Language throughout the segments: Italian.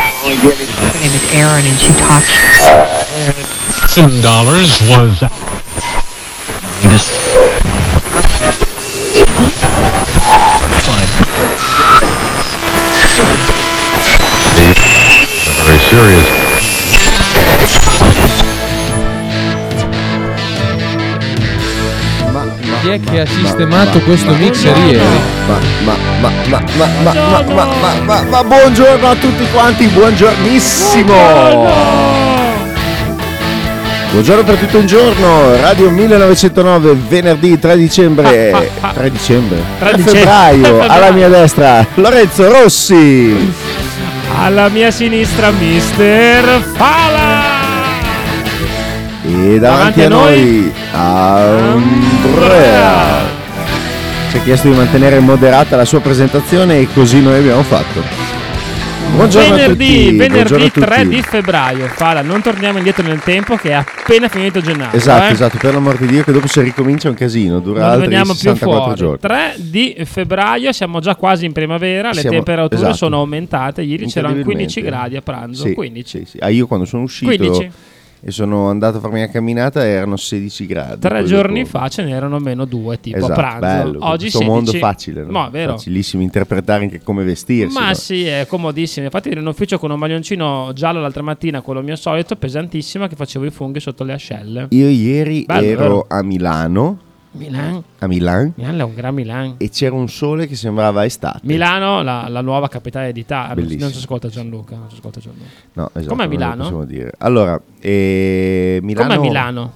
Her name is Erin, and she talks. thousand dollars was Very serious. Ma, ma, Chi è che ha ma, sistemato ma, questo ma, mixer ieri? Ma, ma, ma, ma, ma, ma, ma, ma, ma, ma, ma, buongiorno a tutti quanti, buongiornissimo! Buongiorno per tutto un giorno, Radio 1909, venerdì 3 dicembre, 3 dicembre, 3 febbraio, alla mia destra, Lorenzo Rossi! Alla mia sinistra, Mister Fala! E davanti Davanti a a noi, Andrea! Ci ha chiesto di mantenere moderata la sua presentazione e così noi abbiamo fatto. Buongiorno a venerdì, tutti. buongiorno venerdì a 3 tutti. di febbraio. Fala, non torniamo indietro nel tempo che è appena finito gennaio. Esatto, eh. esatto, per l'amor di Dio che dopo se ricomincia è un casino, dura Non ne altri veniamo più 64 fuori. giorni. 3 di febbraio, siamo già quasi in primavera, le Siamo- temperature esatto. sono aumentate, ieri c'erano 15 Incredibilmente. gradi a pranzo, Sì, 15. sì, sì. Ah, io quando sono uscito 15. e sono andato a farmi una camminata erano 16 gradi. Tre poi giorni dopo- fa ce n'erano meno due, tipo Esatto, a pranzo. bello, Oggi questo 16. mondo facile, no? No, è vero. facilissimo interpretare anche come vestirsi. Ma no? sì, è comodissimo. Infatti, ero in ufficio con un maglioncino giallo l'altra mattina, quello mio solito, pesantissimo, che facevo i funghi sotto le ascelle. Io ieri Bello, ero vero? a Milano, Milan, a Milano Milan è un gran Milan. e c'era un sole che sembrava estate. Milano, la, la nuova capitale d'Italia. Bellissimo. Non si ascolta Gianluca. Non si ascolta Gianluca. No, esatto, Com'è non lo Milano? possiamo dire. Allora, eh, Milano Com'è Milano?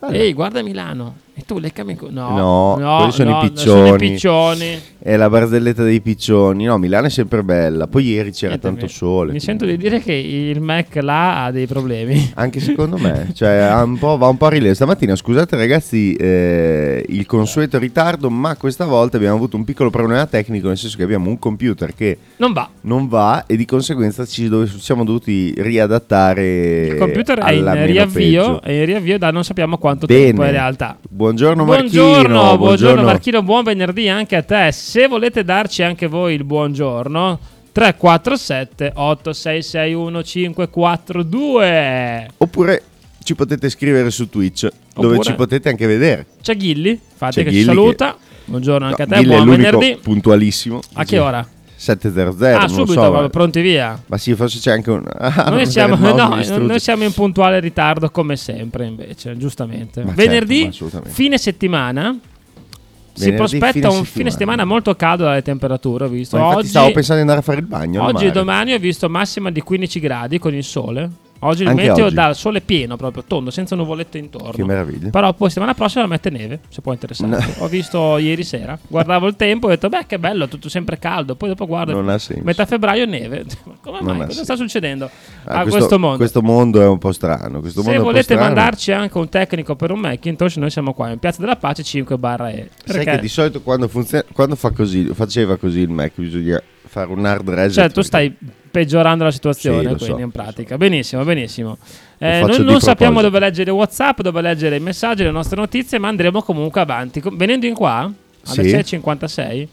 Bello. Ehi, guarda Milano. E tu leccami. co- No, No, quelli sono no, i sono i piccioni. piccioni. È la barzelletta dei piccioni. No, Milano è sempre bella. Poi ieri c'era Niente, tanto mi- sole. Mi quindi- sento di dire che il Mac là ha dei problemi. Anche secondo me, cioè, ha un po', va un po' a rilievo. Stamattina, scusate ragazzi, eh, il consueto ritardo, ma questa volta abbiamo avuto un piccolo problema tecnico, nel senso che abbiamo un computer che Non va. non va e di conseguenza ci dove- siamo dovuti riadattare. Il computer è Eh, alla in meno riavvio, peggio. è in riavvio da non sappiamo quanto tempo Bene. in realtà. Buongiorno Marchino. Buongiorno, buongiorno Marchino, buon venerdì anche a te. Se volete darci anche voi il buongiorno, 347 8661 542. Oppure ci potete scrivere su Twitch, dove Oppure- ci potete anche vedere. C'è Ghilli, fate C'è che Ghilli ci saluta. Buongiorno anche No, a te, Billy è buon l'unico venerdì. puntualissimo. A che ora? 7.00. ah, non subito, so, proprio, ma- pronti via. Ma sì, forse c'è anche un. Ah, non Noi siamo, vedere il mouse no, mi distrugge. noi siamo in puntuale ritardo come sempre, invece, giustamente. Ma certo, Venerdì, ma assolutamente. fine settimana. Si Venerdì, fine prospetta un settimana. fine settimana molto caldo dalle temperature, ho visto. Ma infatti Oggi, stavo pensando di andare a fare il bagno. al Oggi e mare. domani ho visto massima di 15 gradi con il sole. Oggi il Anche meteo oggi. dà il sole pieno, proprio tondo, senza nuvolette intorno. Che meraviglia. Però poi settimana prossima mette neve, se può interessare. No. Ho visto ieri sera, guardavo il tempo e ho detto, beh che bello, tutto sempre caldo. Poi dopo guardo, Non ha senso. metà febbraio neve. Ma Come Non mai? ha senso. Cosa sta succedendo Ah, a questo, mondo? Questo mondo è un po' strano. Questo se mondo è un po' volete strano. mandarci anche un tecnico per un Macintosh, noi siamo qua in Piazza della Pace 5 barra E. Sai che di solito quando, funziona, quando fa così, faceva così il Mac, bisogna fare un hard reset. Cioè, tu stai peggiorando la Esatto, Sì, situazione, lo so, quindi in lo pratica. Benissimo, benissimo. Eh, faccio noi di non sappiamo proposito. dove leggere WhatsApp, dove leggere i messaggi, le nostre notizie, ma andremo comunque avanti. Com- Venendo in qua, alle Sì. 6.56,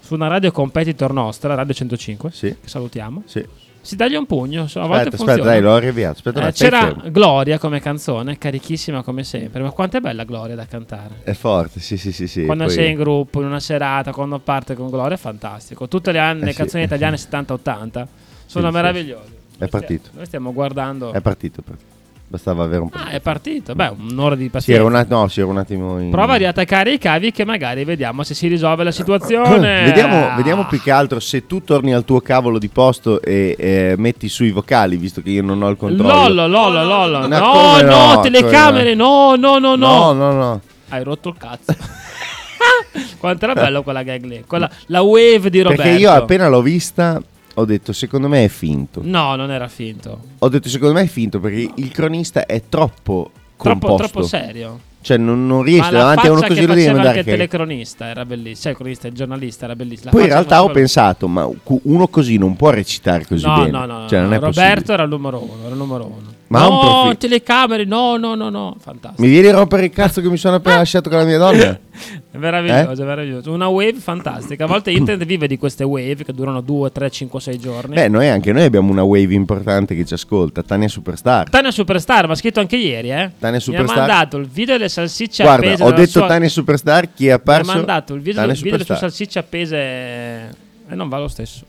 su una radio competitor nostra, Radio 105, Sì. che salutiamo, Sì. si taglia un pugno, so, a volte Aspetta, aspetta, funziona. dai, l'ho arrivato. Aspetta, un Eh, attimo, c'era fermo. Gloria come canzone, carichissima come sempre, ma quanto è bella Gloria da cantare. È forte, sì, sì, sì. sì. Quando poi- sei in gruppo, in una serata, quando parte con Gloria, è fantastico. Tutte le, anni- le Eh sì. canzoni italiane 70-80 sono sì. meravigliose. Noi partito. stia- Noi stiamo guardando. È partito, è partito. Bastava avere un po'. ah, è partito. Beh, un'ora di Sì, era pazienza. un attimo, no, sì, era un attimo in... Prova a riattaccare i cavi che magari vediamo se si risolve la situazione. Vediamo, vediamo più che altro se tu torni al tuo cavolo di posto e eh, metti sui vocali, visto che io non ho il controllo. Ah. Lollo, lollo, lollo. No, No, come no, no, cioè, telecamere. No, no, no, No, no. no, no. Hai rotto il cazzo. Quanto era bello quella gag lì. Quella, la wave di Roberto. Perché io appena l'ho vista ho detto secondo me è finto. No, non era finto. Ho detto secondo me è finto perché il cronista è troppo Troppo, composto. troppo serio. Cioè non, non riesce Ma la davanti a uno faccia così che lo devi faceva mandare anche il che- telecronista era bellissimo. Cioè, il cronista, il giornalista era bellissimo. La Poi in faccia realtà ho faceva- pensato ma cu- uno così non può recitare così no, bene. No, no, no. Cioè, non è Roberto possibile. era il numero uno. Era il numero uno. Ma ha un no, profitto. telecamere, no, no, no, no. Fantastico. Mi vieni a rompere il cazzo che mi sono appena lasciato con la mia donna? È meraviglioso, è meraviglioso. Una wave fantastica. A volte internet vive di queste wave che durano 2, 3, 5, 6 giorni. Beh, Eh, noi anche noi abbiamo una wave importante che ci ascolta, Tania Superstar. Tania Superstar, ma ha scritto anche ieri, eh. Tania Mi Superstar. ha mandato il video delle salsicce appese. Guarda, ho dalla detto sua- Tania Superstar, chi ha Mi ha perso? mandato il video, Tania il video delle sue Superstar. salsicce appese e non va lo stesso.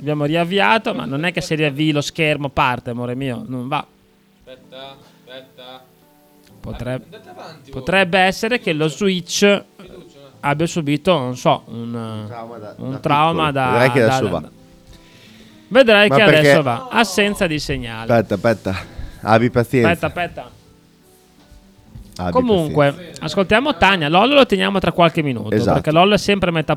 Abbiamo riavviato, ma non è che se riavvii lo schermo parte, amore mio, non va. Potrebbe, potrebbe essere che lo Switch abbia subito, non so, un, trauma da- un da trauma piccolo. da... Vedrai che adesso da- va. da- Vedrai Ma che perché- adesso va. Assenza di segnale. Aspetta, aspetta. Abbi pazienza. Aspetta, aspetta. abbi Comunque, ascoltiamo Tania. LOL lo teniamo tra qualche minuto. Esatto. Perché LOL è sempre metà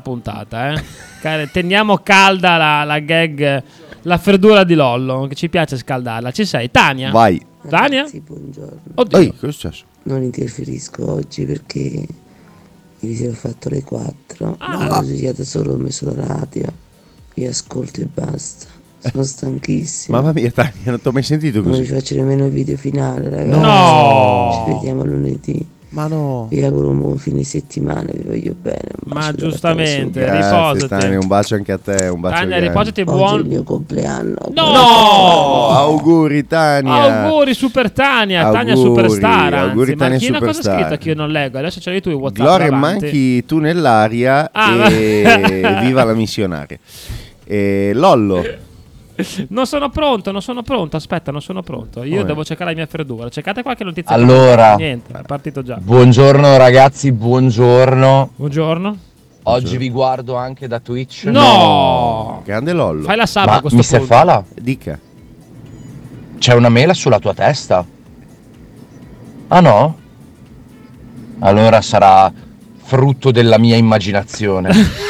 puntata. eh. Care- Teniamo calda la, la gag, la freddura di Lollo. Che ci piace scaldarla. Ci sei, Tania? pazienza. Vai. Tania? Ragazzi, buongiorno. Oddio. Ehi, cosa è successo? Non interferisco oggi perché ieri sera ho fatto le 4. Ah. Ho studiato solo, ho messo la radio. Vi ascolto e basta. Sono stanchissimo. Mamma mia, Tania, non ti ho mai sentito non vi così. faccio nemmeno il video finale, ragazzi. No. Ci vediamo lunedì. Ma no. Vi auguro un buon fine settimana, vi voglio bene. Un Ma bacio da giustamente, Bartolo Grazie, riposati. Tania, un bacio anche a te, un bacio Tania, grande. riposati e Sud. Oggi è il buon. mio compleanno. No! Oh, auguri Tania. Auguri Super Tania, Tania Auguri, Superstar. Anzi, auguri ma Tania chi non- cosa ha Superstar. scritto che io non leggo? Adesso ce l'hai tu i WhatsApp. Gloria davanti. manchi tu nell'aria Ah, e ma- viva la missionaria. E Lollo, Non sono pronto, non sono pronto. Aspetta, non sono pronto. Io Come? devo cercare la mia freddura. Cercate qualche notizia. Allora. niente, è partito già. Buongiorno ragazzi, buongiorno. Buongiorno. Oggi vi guardo anche da Twitch. No! grande Lollo. Fai la saba Ma a questo mi se punto. fala? Dica. C'è una mela sulla tua testa? Ah no? Allora sarà frutto della mia immaginazione.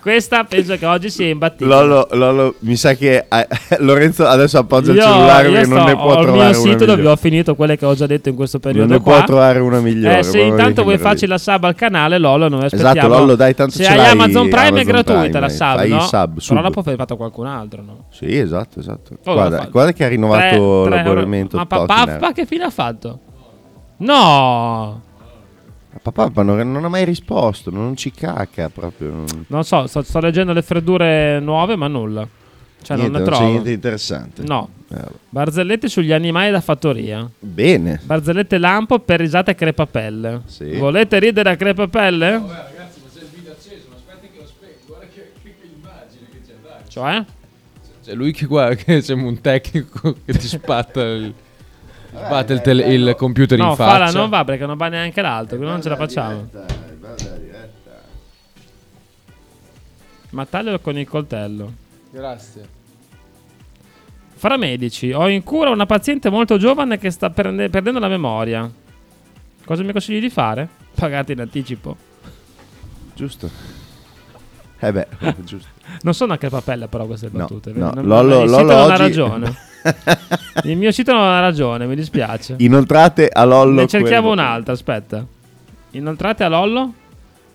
Questa penso che oggi sia imbattibile. Lollo, Lollo, mi sa che eh, Lorenzo adesso appoggia il Io- cellulare io che sto- non ne può ho trovare il mio sito una dove ho migliore. finito quelle che ho già detto in questo periodo Non ne qua. può trovare una migliore. Eh, se mamma mia, intanto che vuoi meraviglia. farci la sub al canale Lollo, noi Esatto, aspettiamo. Lollo, dai, tanto se ce hai l'hai Amazon Prime è Amazon gratuita Prime, eh, la sub, fai no? sub, sub. Però la può aver fatta qualcun altro, no? Sì, esatto, esatto. Oh, l'ha guarda, fatto. guarda che ha rinnovato Tre- tre euro. l'abbonamento. Ma Tottenham. papà, papà che fine ha fatto? No! Papà, ma non, non ha mai risposto, non ci cacca proprio. non- Non so, sto, sto leggendo le freddure nuove, ma nulla. Cioè, niente, non ne c'è trovo. niente di interessante. No. Eh, vabbè. Barzellette sugli animali da fattoria. bene. Barzellette lampo per risate a crepapelle. Sì. Volete ridere a crepapelle? Cioè? C'è lui che guarda, che c'è un tecnico che ti spatta il, sbatte il, tele- il computer No, in fala faccia. non va perché non va neanche l'altro, quindi non ce la facciamo. Ma taglialo con il coltello. Grazie. Fra medici, ho in cura una paziente molto giovane che sta perde- perdendo la memoria. Cosa mi consigli di fare? Pagate in anticipo. Giusto. Eh beh, giusto. Non sono a crepapelle però queste No, battute. no. Non- Lollo- il Lollo sito non ha oggi- ragione. il mio sito non ha ragione, mi dispiace. Inoltrate a Lollo. Ne cerchiamo quello- un'altra, aspetta. Inoltrate a Lollo.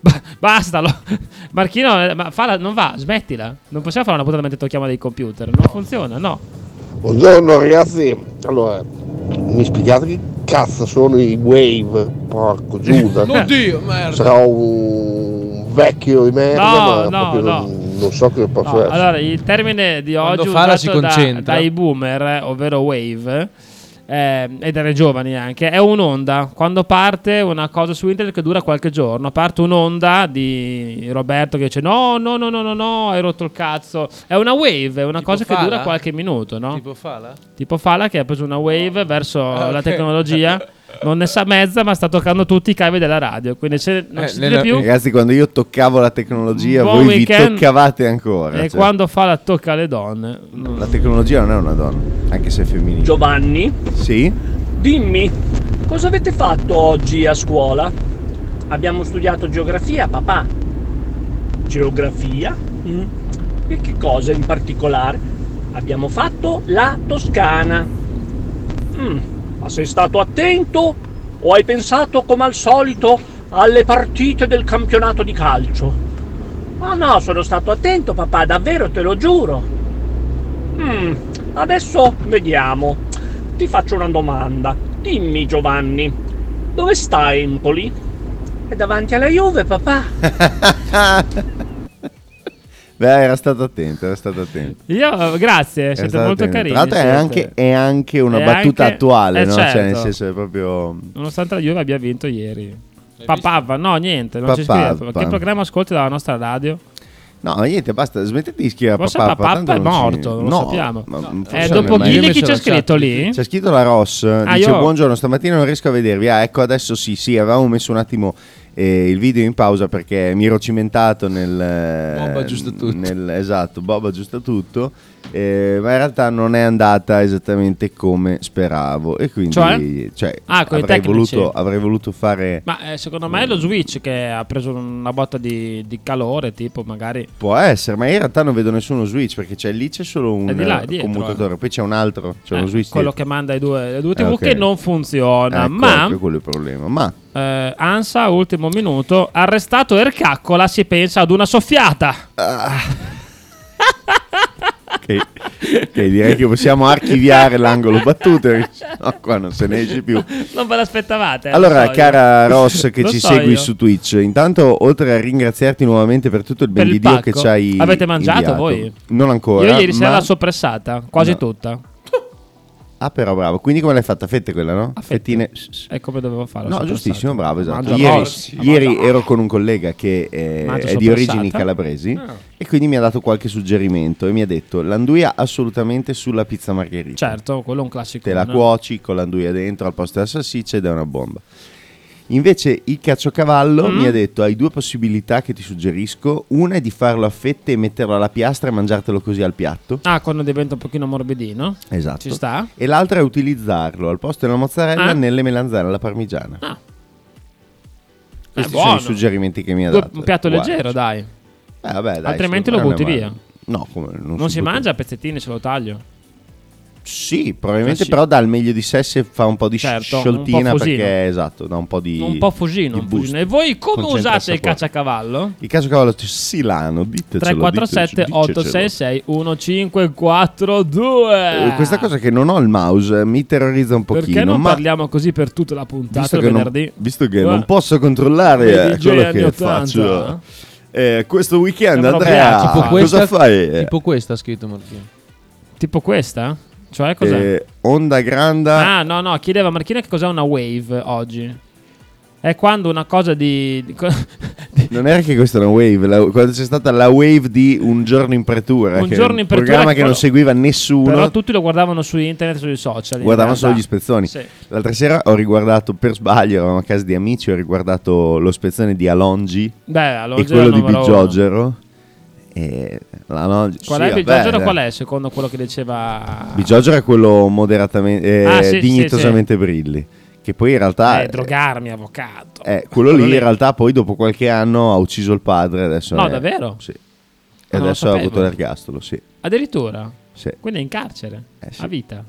Ba- basta, Lo- Marchino, eh, ma falla- non va, smettila. Non possiamo fare una puntata mentre tocchiamo dei computer. Non funziona, no. Buongiorno ragazzi, allora mi spiegate che cazzo sono i wave? Porco Giuda, Oddio, merda. sarò un vecchio di merda, No, ma no, proprio no. non, non so che No, posso essere. allora, il termine di Quando oggi Fara si usato da- concentra. dai boomer, eh, ovvero wave, eh, e dai giovani anche, è un'onda. Quando parte una cosa su internet che dura qualche giorno, parte un'onda di Roberto che dice no, no, no, no, no, no, hai rotto il cazzo. È una wave, è una Tipo cosa che Fara? dura qualche minuto, no? Tipo fala? Tipo Fala che ha preso una wave verso Ah, la ok. tecnologia, non ne sa mezza, ma sta toccando tutti i cavi della radio. Quindi se non Eh, si sente nella- più. Ragazzi, quando io toccavo la tecnologia, Buon voi weekend. vi toccavate ancora. E cioè, quando Fala tocca le donne. non- La tecnologia non è una donna, anche se è femminile. Giovanni, sì? dimmi, cosa avete fatto oggi a scuola? Abbiamo studiato geografia, papà. Geografia? Mm. E che cosa in particolare? Abbiamo fatto la Toscana. Mm, Ma sei stato attento? O hai pensato come al solito alle partite del campionato di calcio? Ma no, sono stato attento papà, davvero te lo giuro. Mm, adesso vediamo. Ti faccio una domanda. Dimmi Giovanni, dove sta Empoli? È davanti alla Juve papà. Beh, era stato attento, era stato attento. Io, grazie, Era siete stato molto attento. carini. Esatto. Tra l'altro è siete. anche, è anche una È battuta anche- attuale, eh, no? Cioè, nel certo. senso è proprio... Nonostante la Juve abbia vinto ieri. Papava, no, niente, non c'è Papà, scritto. papà. Che programma ascolti dalla nostra radio? No, ma niente, basta, smettete di scrivere Forse papà. papà tanto è non ci- morto, non lo sappiamo. ma- Eh, forse non dopo è mai- Ghilli Io chi invece c'è la scritto chat, lì? C'è scritto la Ross, dice io- buongiorno, stamattina non riesco a vedervi. Ah, ecco, adesso sì, sì, avevamo messo un attimo eh, il video in pausa perché mi ero cimentato nel... eh, Bob aggiusta tutto. nel- esatto, Bob aggiusta tutto, eh, ma in realtà non è andata esattamente come speravo e quindi Cioè? cioè, Ah, con i avrei, tecnici. voluto, avrei voluto fare... Ma eh, secondo me è lo Switch che ha preso una botta di, di calore, tipo magari... Può essere, ma in realtà non vedo nessuno Switch perché c'è, lì c'è solo un È di là, eh, dietro, commutatore, poi c'è un altro, c'è eh, uno Cioè, Switch. quello dietro. che manda i due, le due TV Eh, ok. che non funziona. Ecco, ma ecco, quello è il problema. Ma eh, Ansa, ultimo minuto, arrestato Ercaccola, si pensa ad una soffiata. ah. ok, ok, direi che possiamo archiviare l'angolo battute, no, qua non se ne esce più. Non ve l'aspettavate? eh, lo Allora, so io. cara Ross che Lo ci so segui io. su Twitch, intanto oltre a ringraziarti nuovamente per tutto il ben Per di il Dio che pacco? ci hai Avete mangiato inviato. voi? Non ancora. Io ieri sera ma- l'ho soppressata, quasi No. tutta. Ah, però bravo. Quindi come l'hai fatta? A fette quella, no? A fette. Fettine. È Ecco, come dovevo fare. l'ho No, soppressata. giustissimo, bravo, esatto. Mangia Ieri, morsi. ieri ero con un collega che eh, Mangia è di origini soppressata. calabresi Ah. e quindi mi ha dato qualche suggerimento e mi ha detto l'anduia assolutamente sulla pizza margherita. Certo, quello è un classico. Te la cuoci con l'anduia dentro al posto della salsiccia ed è una bomba. Invece il caciocavallo Mm-hmm. mi ha detto hai due possibilità che ti suggerisco. Una è di farlo a fette e metterlo alla piastra e mangiartelo così al piatto. Ah, quando diventa un pochino morbidino. Esatto. Ci sta? E l'altra è utilizzarlo al posto della mozzarella Ah. nelle melanzane alla parmigiana. Questi sono buono. i suggerimenti che mi ha Due- dato. un piatto Guarda, leggero, dai. Eh, vabbè, dai, secondo Altrimenti lo me butti non è male. No, come, non, Non si butta. mangia a pezzettini, se lo taglio. Sì, probabilmente Ah, sì. però dà il meglio di sé se fa un po' di sci- Certo, un scioltina po' fusino. perché esatto, dà un po' di un po' fusino, di un boost. fusino. E voi come Concentra usate il sapore. cacciacavallo? Il caso cavolo Silano, ditecelo, 347 ditecelo, ditecelo. 866 1542 Eh, questa cosa che non ho il mouse eh, mi terrorizza un pochino, Perché non ma parliamo così per tutta la puntata visto che, non, venerdì? visto che Eh, non posso controllare Vedi, eh, DJ quello anni che 80, faccio. eh? Eh, questo weekend Sembra Andrea, ah, Tipo cosa fai? Tipo questa ha scritto Martino. Tipo questa? Cioè cos'è? Eh, onda granda Ah, no, no, chiedeva a Marchina che cos'è una wave oggi. È quando una cosa di. di co- di- Non era che questa era una wave, la- quando c'è stata la wave di Un giorno in pretura, Un che giorno è in un pretura programma che che non però- seguiva nessuno, però tutti lo guardavano su internet, sui social. in guardavano realtà. solo gli spezzoni. Sì. L'altra sera ho riguardato per sbaglio, eravamo a casa di amici, ho riguardato lo spezzone di Alongi Beh, allora e quello di Bigiogero. E l'Alongi, Qual sì, è vabbè, Bigiogero? dai. Qual è secondo quello che diceva. Bigiogero è quello moderatamente, eh, Ah, sì, sì, dignitosamente brilli, che poi in realtà... Eh, drogarmi, avvocato. eh, quello lì in realtà poi dopo qualche anno ha ucciso il padre, adesso... No, è- davvero? Sì. E Non lo adesso ha sapevo. avuto l'ergastolo, sì. Addirittura. Sì. Quindi è in carcere. Eh, sì. A vita.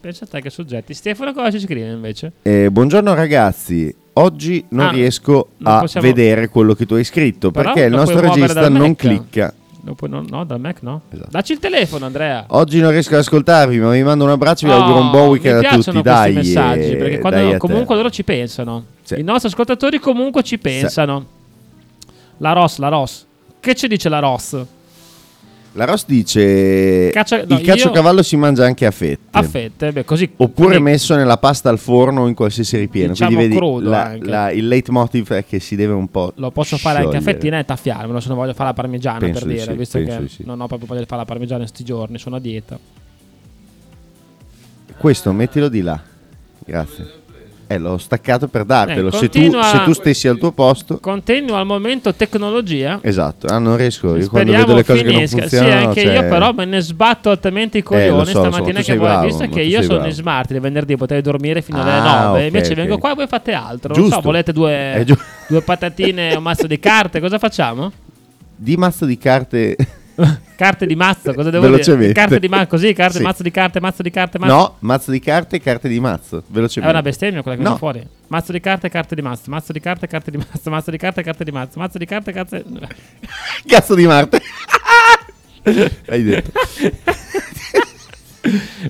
Pensa a te che soggetti. Stefano cosa ci scrive invece? Eh, buongiorno ragazzi, oggi non Ah, riesco non a possiamo- vedere quello che tu hai scritto Però perché il lo nostro puoi muovere regista dal non Mac. clicca. No, poi no, no, dal Mac no. Esatto. Dacci il telefono, Andrea. Oggi non riesco ad ascoltarvi, ma vi mando un abbraccio e vi Oh, auguro un buon weekend mi a tutti. piacciono Dai, questi messaggi eh, perché quando- dai a te. comunque loro ci pensano. Sì. I nostri ascoltatori comunque ci pensano. La Ross, la Ross. Che ci dice la Ross? La Ross dice: Caccia- no, Il caciocavallo si mangia anche a fette. A fette, beh, così. Oppure quindi- messo nella pasta al forno o in qualsiasi ripieno. Diciamo Quindi vedi, crudo la, anche. la- il leitmotiv è che si deve un po'. Lo posso fare anche a sciogliere. fettina e taffiarmelo se non voglio fare la parmigiana Penso per di dire, sì, visto penso che di sì. non ho proprio voglia di fare la parmigiana in sti giorni, sono a dieta. Questo mettilo di là. Grazie. Eh, l'ho staccato per dartelo. Eh, se, tu, continua- se tu stessi al tuo posto. Continua al momento tecnologia. Esatto, ah, non riesco. Io quando Speriamo vedo le cose che finisca. non funzionano. sì, anche cioè, io, però me ne sbatto altamente i Eh, lo coglioni so, lo so, stamattina tu che sei voi bravo, visto ma che tu io sei sono bravo. in smart il venerdì potevi dormire fino alle Ah, 9. ok, invece ok. vengo qua e voi fate altro. Giusto. Non so, volete È due, giu- due patatine e un mazzo di carte? Cosa facciamo? Di mazzo di carte. Carte di mazzo, cosa devo dire? Velocemente. Carte di mazzo, così, carte, Sì. mazzo di carte, mazzo di carte, mazzo. No, mazzo di carte e carte di mazzo. È Velocemente. una bestemmia quella che viene No. fuori. Mazzo di carte, carte di mazzo, mazzo di carte, carte di mazzo, mazzo di carte, carte di mazzo, mazzo di carte, carte. Cazzo di Marte. Hai detto.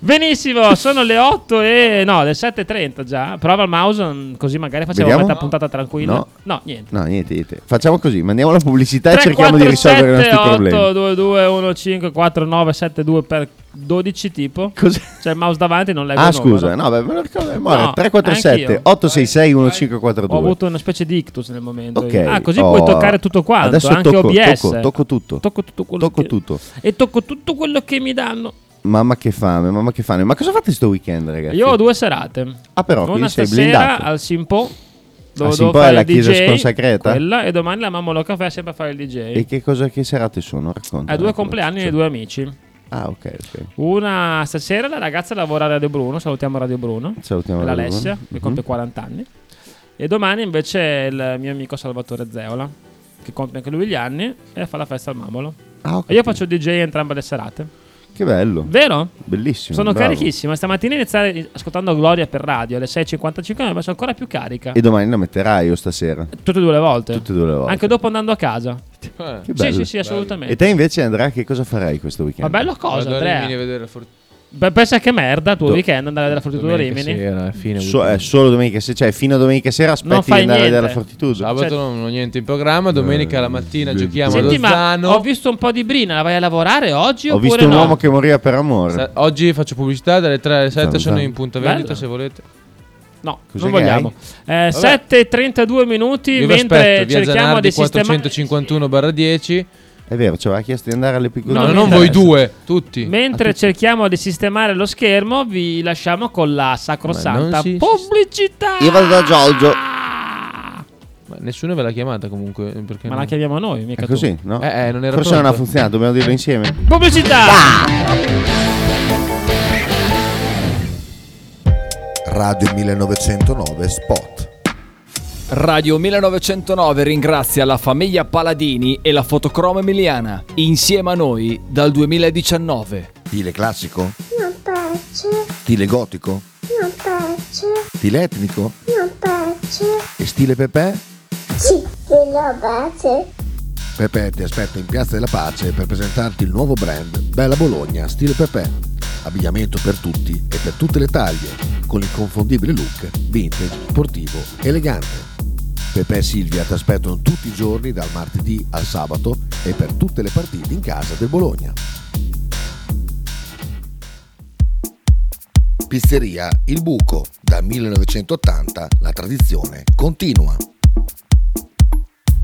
Benissimo, sono le 8 e no, le 7.30 già. Prova il mouse, mm, così magari facciamo Vediamo? una puntata tranquilla. No. niente. No, niente, niente. Facciamo così, mandiamo la pubblicità e 3, cerchiamo 4, di risolvere i 7, nostri 8, problemi. 2, 2, 1, 5, 4, 9, 7, 2 per 12 tipo. Cos'è? C'è il mouse davanti, non leggo Ah, il numero. scusa, no, beh, me lo ricordo a memoria. No, 347 anch'io. 866 Ho 1542. avuto una specie di ictus nel momento. Ok. Ah, così oh, puoi toccare tutto quanto, Adesso anche tocco, OBS. Tocco, tocco tutto. Tocco tutto quello Tocco che- tutto. E tocco tutto quello che mi danno. Mamma che fame, mamma che fame. Ma cosa fate sto weekend, ragazzi? Io ho due serate. Ah, però, Una quindi sei stasera blindato. al Simpo. Dove Al devo Simpo è fare la il chiesa DJ, sconsacrata? Quella, e domani la Mamolo Caffè sempre a fare il DJ. E Ah, cioè. che cosa che serate sono? Racconta. Ha Eh, due compleanni e due amici. Ah, ok, ok. Una stasera la ragazza lavora a Radio Bruno, salutiamo Radio Bruno. Salutiamo Per Radio Alessia, Bruno. che Mhm. compie 40 anni. E domani invece il mio amico Salvatore Zeola, che compie anche lui gli anni e fa la festa al Mamolo. Ah, ok. E io faccio DJ entrambe le serate. Che bello. Vero? Bellissimo. Sono bravo. carichissima. Stamattina iniziare ascoltando Gloria per radio alle 6.55 mi ha messo ancora più carica. E domani la metterai io stasera. Tutte e due le volte. Tutte e due le volte. Anche dopo andando a casa. Eh, Che Sì, bello. sì, sì, assolutamente. E te invece Andrea che cosa farai questo Ma weekend? bello cosa, vado a Andrea. Rimini a vedere la fortuna. Beh, pensa che merda tu Do- weekend andare a vedere la Fortitudo domenica Rimini. sera, alla fine. So- weekend. eh, solo domenica sera, cioè fino a domenica sera aspetti Non di fai andare a niente. vedere la Fortitudo. Sabato non ho niente in programma. Domenica la mattina giochiamo Senti, a Cioè- ma Lozano. ho visto un po' di Brina, la vai a lavorare oggi Ho oppure visto un no? uomo che moriva per amore. Sa- Oggi faccio pubblicità dalle 3 alle 7 Zan, sono zan. in punta Bello. vendita se volete. No, Cos'è non che vogliamo. Eh, 7.32 minuti, Io vi mentre aspetto, via cerchiamo Zanardi di sistemare... 451-10. È vero, ci aveva chiesto di andare alle piccole. No, No, mi non interessa. voi due, tutti. Mentre cerchiamo di sistemare lo schermo, vi lasciamo con la sacrosanta Ma non si- pubblicità. Io vado da Giorgio. Ma nessuno ve l'ha chiamata comunque. Perché Ma no? la chiamiamo noi, mica È così, no? Eh, eh, non era Forse pronto. non ha funzionato, dobbiamo dirlo insieme. tu. Pubblicità! Ah! Radio 1909 Spot. Radio 1909 ringrazia la famiglia Paladini e la fotocromo emiliana, insieme a noi dal 2019. Stile classico? Non piace. Stile gotico? Non piace. Stile etnico? Non piace. E stile Pepe? Sì, stile Pace. Pepe ti aspetta in Piazza della Pace per presentarti il nuovo brand Bella Bologna Stile Pepe. Abbigliamento per tutti e per tutte le taglie, con l'inconfondibile look vintage, sportivo, elegante. Pepe e Silvia ti aspettano tutti i giorni dal martedì al sabato e per tutte le partite in casa del Bologna. Pizzeria Il Buco, dal 1980 la tradizione continua.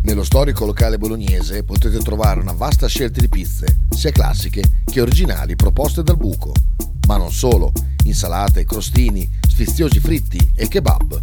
Nello storico locale bolognese potete trovare una vasta scelta di pizze, sia classiche che originali proposte dal buco, ma non solo, insalate, crostini, sfiziosi fritti e kebab.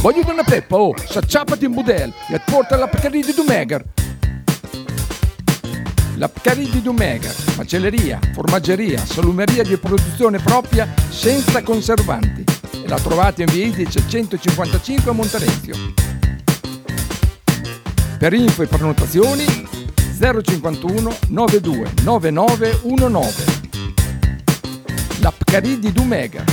Voglio una peppa, oh, s'acciappati in budel e porta la Pcaridi di Dumegar. La Pcaridi di Dumegar, macelleria, formaggeria, salumeria di produzione propria senza conservanti. E la trovate in via Idice 155 a Monterezio. Per info e prenotazioni 051 92 9919. La Pcaridi di Dumegar.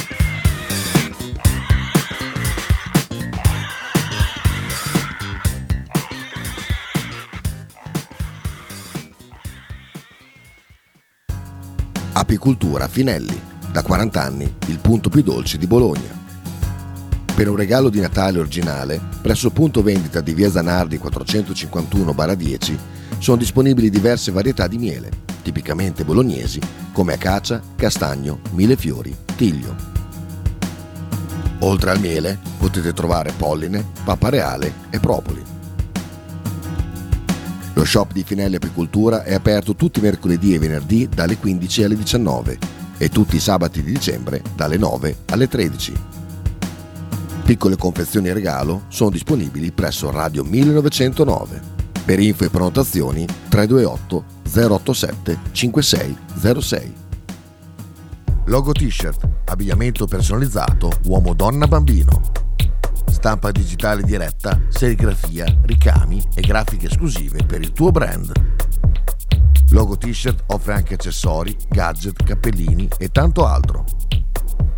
Apicultura Finelli, da 40 anni il punto più dolce di Bologna. Per un regalo di Natale originale, presso il punto vendita di Via Zanardi 451-10 sono disponibili diverse varietà di miele, tipicamente bolognesi, come acacia, castagno, millefiori, tiglio. Oltre al miele potete trovare polline, pappa reale e propoli. Lo shop di Finelli Apicoltura è aperto tutti i mercoledì e venerdì dalle 15 alle 19 e tutti i sabati di dicembre dalle 9 alle 13. Piccole confezioni regalo sono disponibili presso Radio 1909. Per info e prenotazioni 328 087 5606. Logo t-shirt, abbigliamento personalizzato uomo-donna-bambino. Stampa digitale diretta, serigrafia, ricami e grafiche esclusive per il tuo brand. Logo t-shirt offre anche accessori, gadget, cappellini e tanto altro.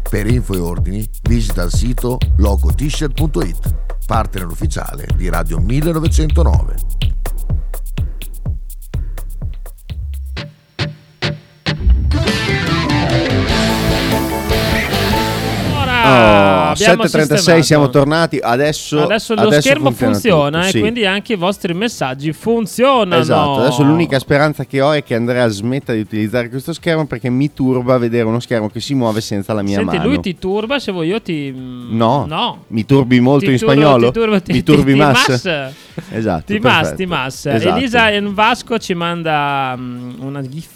Per info e ordini visita il sito logotshirt.it, partner ufficiale di Radio 1909. Ora Oh, Ah, abbiamo 7.36 sistemato. siamo tornati. Adesso, Adesso lo adesso schermo funziona, tutto, e sì. quindi anche i vostri messaggi funzionano. Esatto, adesso l'unica speranza che ho è che Andrea smetta di utilizzare questo schermo perché mi turba vedere uno schermo che si muove senza la mia Senti, mano. lui ti turba, se vuoi io ti... mm, No. No. Mi turbi molto Ti in turbo- spagnolo? ti turbo- ti- mi turbi ti- ti mas. mas. Esatto. Ti mas, perfetto. ti mas. Esatto. Elisa en Vasco ci manda mm, una gif.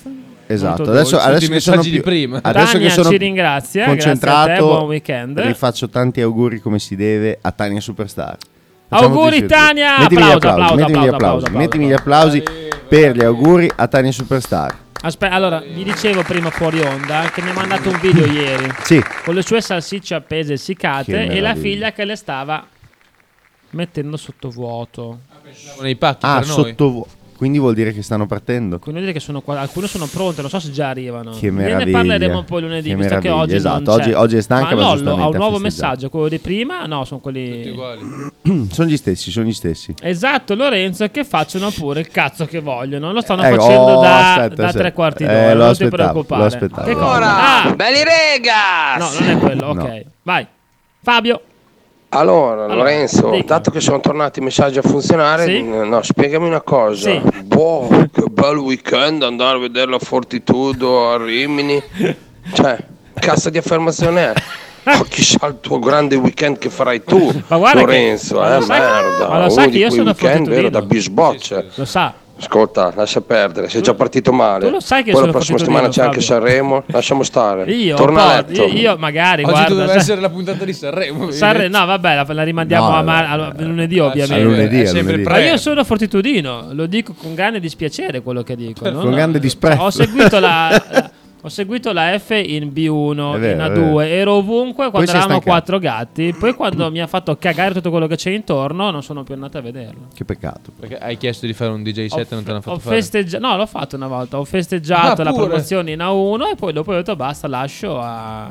Esatto, molto adesso, dolce. adesso che sono più, adesso Tania che sono ci ringrazia, concentrato, grazie a te, buon weekend. Vi faccio tanti auguri come si deve a Tania Superstar. Auguri, tutti- Tania! Mettimi gli Applauso, applausi, applauso, mettimi gli applauso, applausi, applauso, mettimi gli applausi per gli auguri a Tania Superstar. Aspetta, allora, vi dicevo prima fuori onda che mi ha mandato un video ieri Sì. con le sue salsicce appese e Che essiccate e meraviglia. la figlia che le stava mettendo sotto vuoto. Nei pacchi Ah, per noi. sotto vu- quindi vuol dire che stanno partendo. Quindi vuol dire che sono qua- alcune sono pronte, non so se già arrivano. Che Ne meraviglia, parleremo poi lunedì, che visto che meraviglia, oggi esatto, non c'è. oggi- oggi è stanca, ma Ma Lollo ha giustamente un ha nuovo festeggiato. messaggio, quello di prima? No, sono quelli Ah, Mm, sono gli stessi, sono gli stessi. Esatto, Lorenzo, che facciano pure il cazzo che vogliono. Lo stanno Eh, facendo oh, da, aspetta, da aspetta. tre quarti Eh, d'ora, lo non ti aspettavo, lo preoccupare. aspettavo. Che Ora, cosa? Belli rega! No, non è quello, ok. Vai. Fabio. Allora, Allora, Lorenzo, dica. dato che sono tornati i messaggi a funzionare, Sì. n- no, spiegami una cosa. Sì. Boh, che bel weekend andare a vedere la Fortitudo a Rimini. Cioè, cazzo di affermazione è? Oh, chissà il tuo grande weekend che farai tu, Ma guarda che- Lorenzo, ma eh, lo sai- merda. ma lo sai Uno che di io quei sono weekend, vero, da fortitudino. bisbocce. Lo sa. Ascolta, lascia perdere, sei già partito male. tu lo sai che Poi sono la prossima settimana fortitudino, c'è anche Sanremo, lasciamo stare. Io, Torna a po- letto. io, io magari Oggi guarda, doveva sai- essere la puntata di Sanremo. Ah, Sarre- no, vabbè, la, la rimandiamo No, eh, a, mar- a- a lunedì, ovviamente. a lunedì, a lunedì. Ma io sono fortitudino, lo dico con grande dispiacere quello che dico. Certo. no? Con grande disprezzo. Ho seguito la, la- ho seguito la F in B1, È vero, in è A2, vero. ero ovunque Poi quando si è eravamo stancato. quattro gatti. Poi quando mi ha fatto cagare tutto quello che c'è intorno, non sono più andato a vederlo. Che peccato. Perché hai chiesto di fare un DJ set e non te l'hanno Ho fatto fare. festeggiato, no, l'ho fatto una volta. Ho festeggiato Ah, la pure? promozione in A1 e poi dopo ho detto basta, lascio a-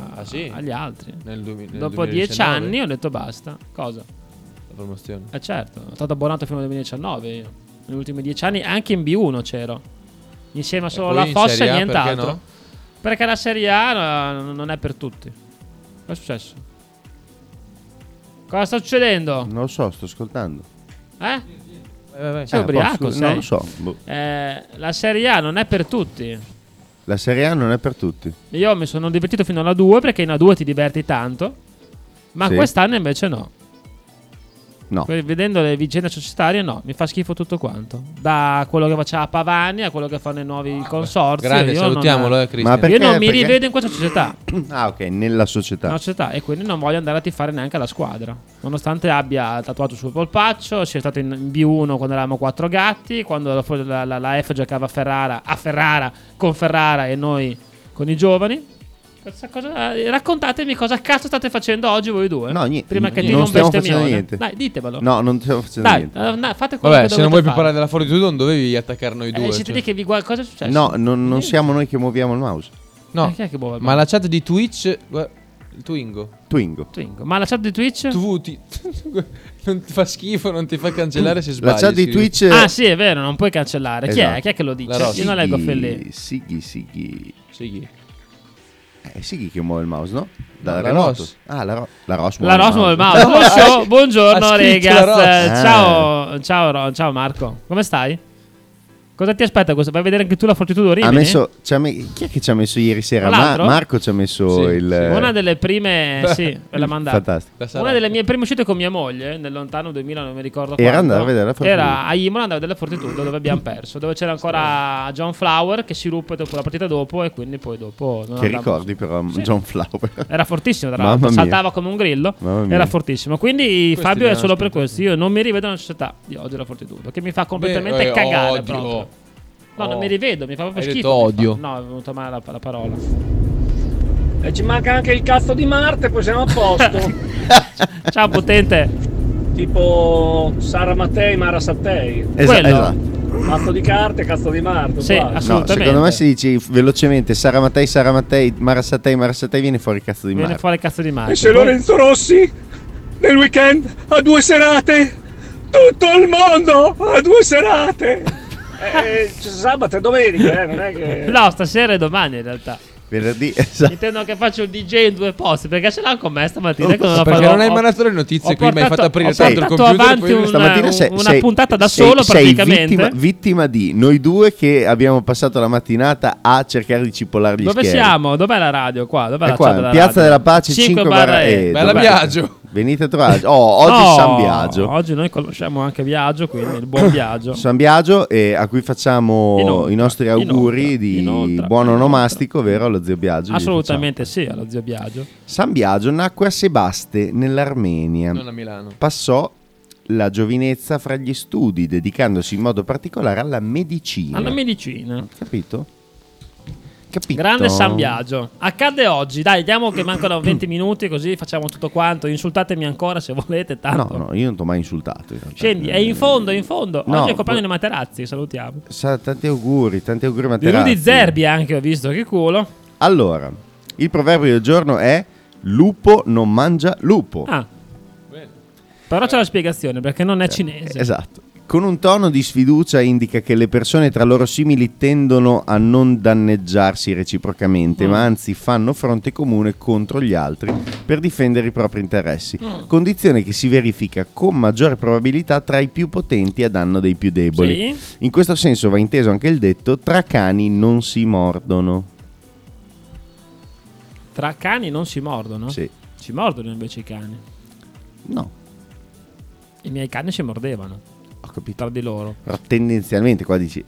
agli altri. Nel duemi- Ah, nel dopo dieci 2019? anni ho detto basta. Cosa? La promozione. Eh certo, sono stato abbonato fino al 2019 io. Negli ultimi dieci anni anche in B1 c'ero. Insieme a solo poi la Ecco, in Fossa Serie e A nient'altro. perché no? Perché la Serie A eh, non è per tutti. Cosa è successo? Cosa sta succedendo? Non lo so, sto ascoltando. Eh? Eh, Sei ubriaco, posso- sei? non lo so, boh. Eh, la Serie A non è per tutti. La Serie A non è per tutti. Io mi sono divertito fino alla 2 perché in A2 ti diverti tanto, ma Sì. quest'anno invece no. No. Que- Vedendo le vicende societarie, no, mi fa schifo tutto quanto. Da quello che faceva Pavani a quello che fanno i nuovi consorzi. Ah, grande, io salutiamolo, non... eh, Cristian. Ma perché- io non mi perché- rivedo in questa società, Ah, ok, nella società. nella società e quindi non voglio andare a tifare neanche la squadra. Nonostante abbia tatuato sul polpaccio, sia stato in in B1 quando eravamo quattro gatti, quando la, la- la- la F giocava a Ferrara, a Ferrara con Ferrara e noi con i giovani. Cosa- cosa- eh, raccontatemi cosa cazzo state facendo oggi voi due. No, niente, Prima che non dica un stiamo facendo bestemmione. niente. Dai, ditemelo. No, non stiamo facendo Dai, niente. eh, na- fate quello Vabbè, che se non dovete vuoi più fare. parlare della fortitudo, non dovevi attaccar noi due. Eh, siete cioè. lì che vi guardate cosa è successo? No, non, non siamo noi che muoviamo il mouse. No, Eh, chi è che muove il ma la chat di Twitch. guarda, il Twingo. Twingo. Twingo. Ma la chat di Twitch? Tu ti- non ti fa schifo, non ti fa cancellare se sbagli. La chat di scrivi. Twitch... Ah, sì, è vero, non puoi cancellare. Chi, Esatto. è? Chi è che lo dice? La Rossi. Io non leggo Sighi, Fellini. Sighi, Sighi. Eh, Sighi. È Sighi che muove il mouse, no? Dal No, la remoto. Ros. Ah, la, Ro- la Ros La Ross muove il mouse. Buon show, Eh. buongiorno, regas. Eh, Ciao, ciao, Ro- ciao Marco. Come stai? Cosa ti aspetta? questo? Vai a vedere anche tu la Fortitudo Ha Rimini? messo, ci ha me- chi è che ci ha messo ieri sera? Ma- eh? L'altro? Marco ci ha messo il. Una delle prime, sì, me l'ha mandata. eh. Fantastico. La Una Sarà. delle mie prime uscite con mia moglie nel lontano 2000, non mi ricordo. Era quando. andare a vedere la Fortitudo. Era a Imola andare a vedere la Fortitudo dove abbiamo perso, dove c'era ancora John Flower che si ruppe dopo la partita dopo e quindi poi dopo non Che andavamo. ricordi però John Flower. Era fortissimo, tra Mamma l'altro, mia. saltava come un grillo. Mamma mia. Era fortissimo. Quindi Questi Fabio è erano solo per questo. Io non mi rivedo nella società. Io odio la fortitudo, che mi fa completamente Beh, eh, cagare. odio. proprio. No, non Oh. mi rivedo, mi fa proprio Hai schifo. detto mi fa. odio. No, è venuta male la, la parola. E Eh, ci manca anche il cazzo di Marte, poi siamo a posto. Ciao potente. Tipo Sara Mattei, Mara Sattei. Esa- Quello. esatto. Matto di carte, cazzo di Marte. Sì, uguale. No, secondo me se dici velocemente Sara Mattei, Sara Mattei, Marassatei, Marassatei viene fuori cazzo di Viene mare. fuori cazzo di mare. E se Lorenzo Rossi nel weekend a due serate? Tutto il mondo a due serate! Eh, c'è sabato e domenica, eh, non è che... No, stasera e domani in realtà. Venerdì, esatto. Intendo che faccio il DJ in due posti perché ce l'ha con me stamattina. Che non Perché la farò. non hai Ho- mandato le notizie, ho quindi mi hai portato- fatto aprire ho tanto il portato computer, avanti poi- un- Stamattina un- sei- una sei- puntata da sei- solo sei praticamente. vittima, vittima di noi due che abbiamo passato la mattinata a cercare di cipollare gli Dove schermi. siamo? Dov'è la radio qua? Dov'è È la qua, chat della Piazza radio? della Pace 5, barra E. Bella Dov'è? Biagio. Venite a trovarci. Oh, oggi No, San Biagio. Oggi noi conosciamo anche Viaggio, quindi il buon Viaggio. San Biagio eh, a cui facciamo Inoltre, i nostri auguri di inoltre, buon onomastico, vero? Allo zio Biagio. gli Assolutamente sì, allo zio Biagio. facciamo. San Biagio nacque a Sebaste, nell'Armenia. Non a Milano. Passò la giovinezza fra gli studi, dedicandosi in modo particolare alla medicina. Alla medicina. Capito? Capito? Grande San Biagio. Accade oggi, dai, diamo che mancano 20 minuti così facciamo tutto quanto. Insultatemi ancora se volete, Ah, No, tanto. no, io non ti ho mai insultato. in realtà. Scendi, è in fondo, è in fondo. No, oggi è il compagno vo- di Materazzi, salutiamo. Sa, tanti auguri, tanti auguri Di Materazzi. Rudy Zerbi anche ho visto, che culo. Allora, il proverbio del giorno è lupo non mangia lupo. Ah. Però Eh. c'è la spiegazione perché non è cinese. Esatto. Con un tono di sfiducia indica che le persone tra loro simili tendono a non danneggiarsi Mm. reciprocamente, ma anzi fanno fronte comune contro gli altri per difendere i propri interessi, Mm. condizione che si verifica con maggiore probabilità tra i più potenti a danno dei più deboli. In questo senso va inteso anche il detto tra cani non si mordono. Tra cani non si mordono? Sì. Ci mordono invece i cani. No. I miei cani si mordevano. Ho capito. Tra di loro. Però tendenzialmente qua dici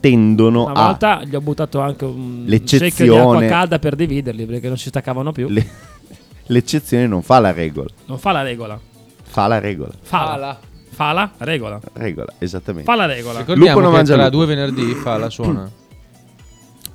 tendono Una a volta gli ho buttato anche un ah. L'eccezione. secchio di acqua calda per dividerli perché non si staccavano più. le- l'eccezione non fa la regola, Non fa la regola. fa la regola. Fala. Fala, regola. Regola, esattamente. Fa la regola. Ricordiamo Lupo non che mangia tra lupo. due venerdì fa la suona.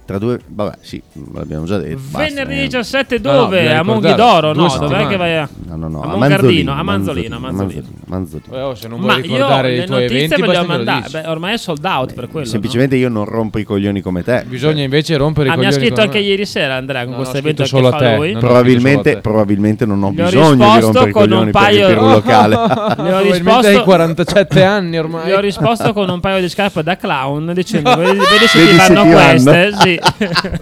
Tra due, vabbè, sì, l'abbiamo già detto. basta, Venerdì eh. 17 No, no, dove? bisogna a Monghidoro? ricordare. Due No, dov'è settimane. che vai a... No, no, no, a a Mongardino, Manzolino, a Manzolino, a Manzolino. Manzolino, Manzolino. Eh, oh, se non Ma vuoi io ricordare le i tuoi notizie eventi, ve le ho basta che lo mandate. dici. Beh, ormai è sold out per quello. Semplicemente io non rompo i coglioni come te. Bisogna invece rompere no? Ah, i mi ha coglioni scritto con anche me. ieri sera Andrea con No, questo no, ho evento che scritto solo fa a te. lui. No, Eh, Probabilmente, probabilmente non ho Gli ho bisogno di risposto rompere i con un coglioni per paio- aprire un locale. Le ho Probabilmente hai risposto- 47 anni ormai. Gli ho risposto con un paio di scarpe da clown dicendo vedi, vedi se Vedi se ti vanno ti vanno." queste. Sì.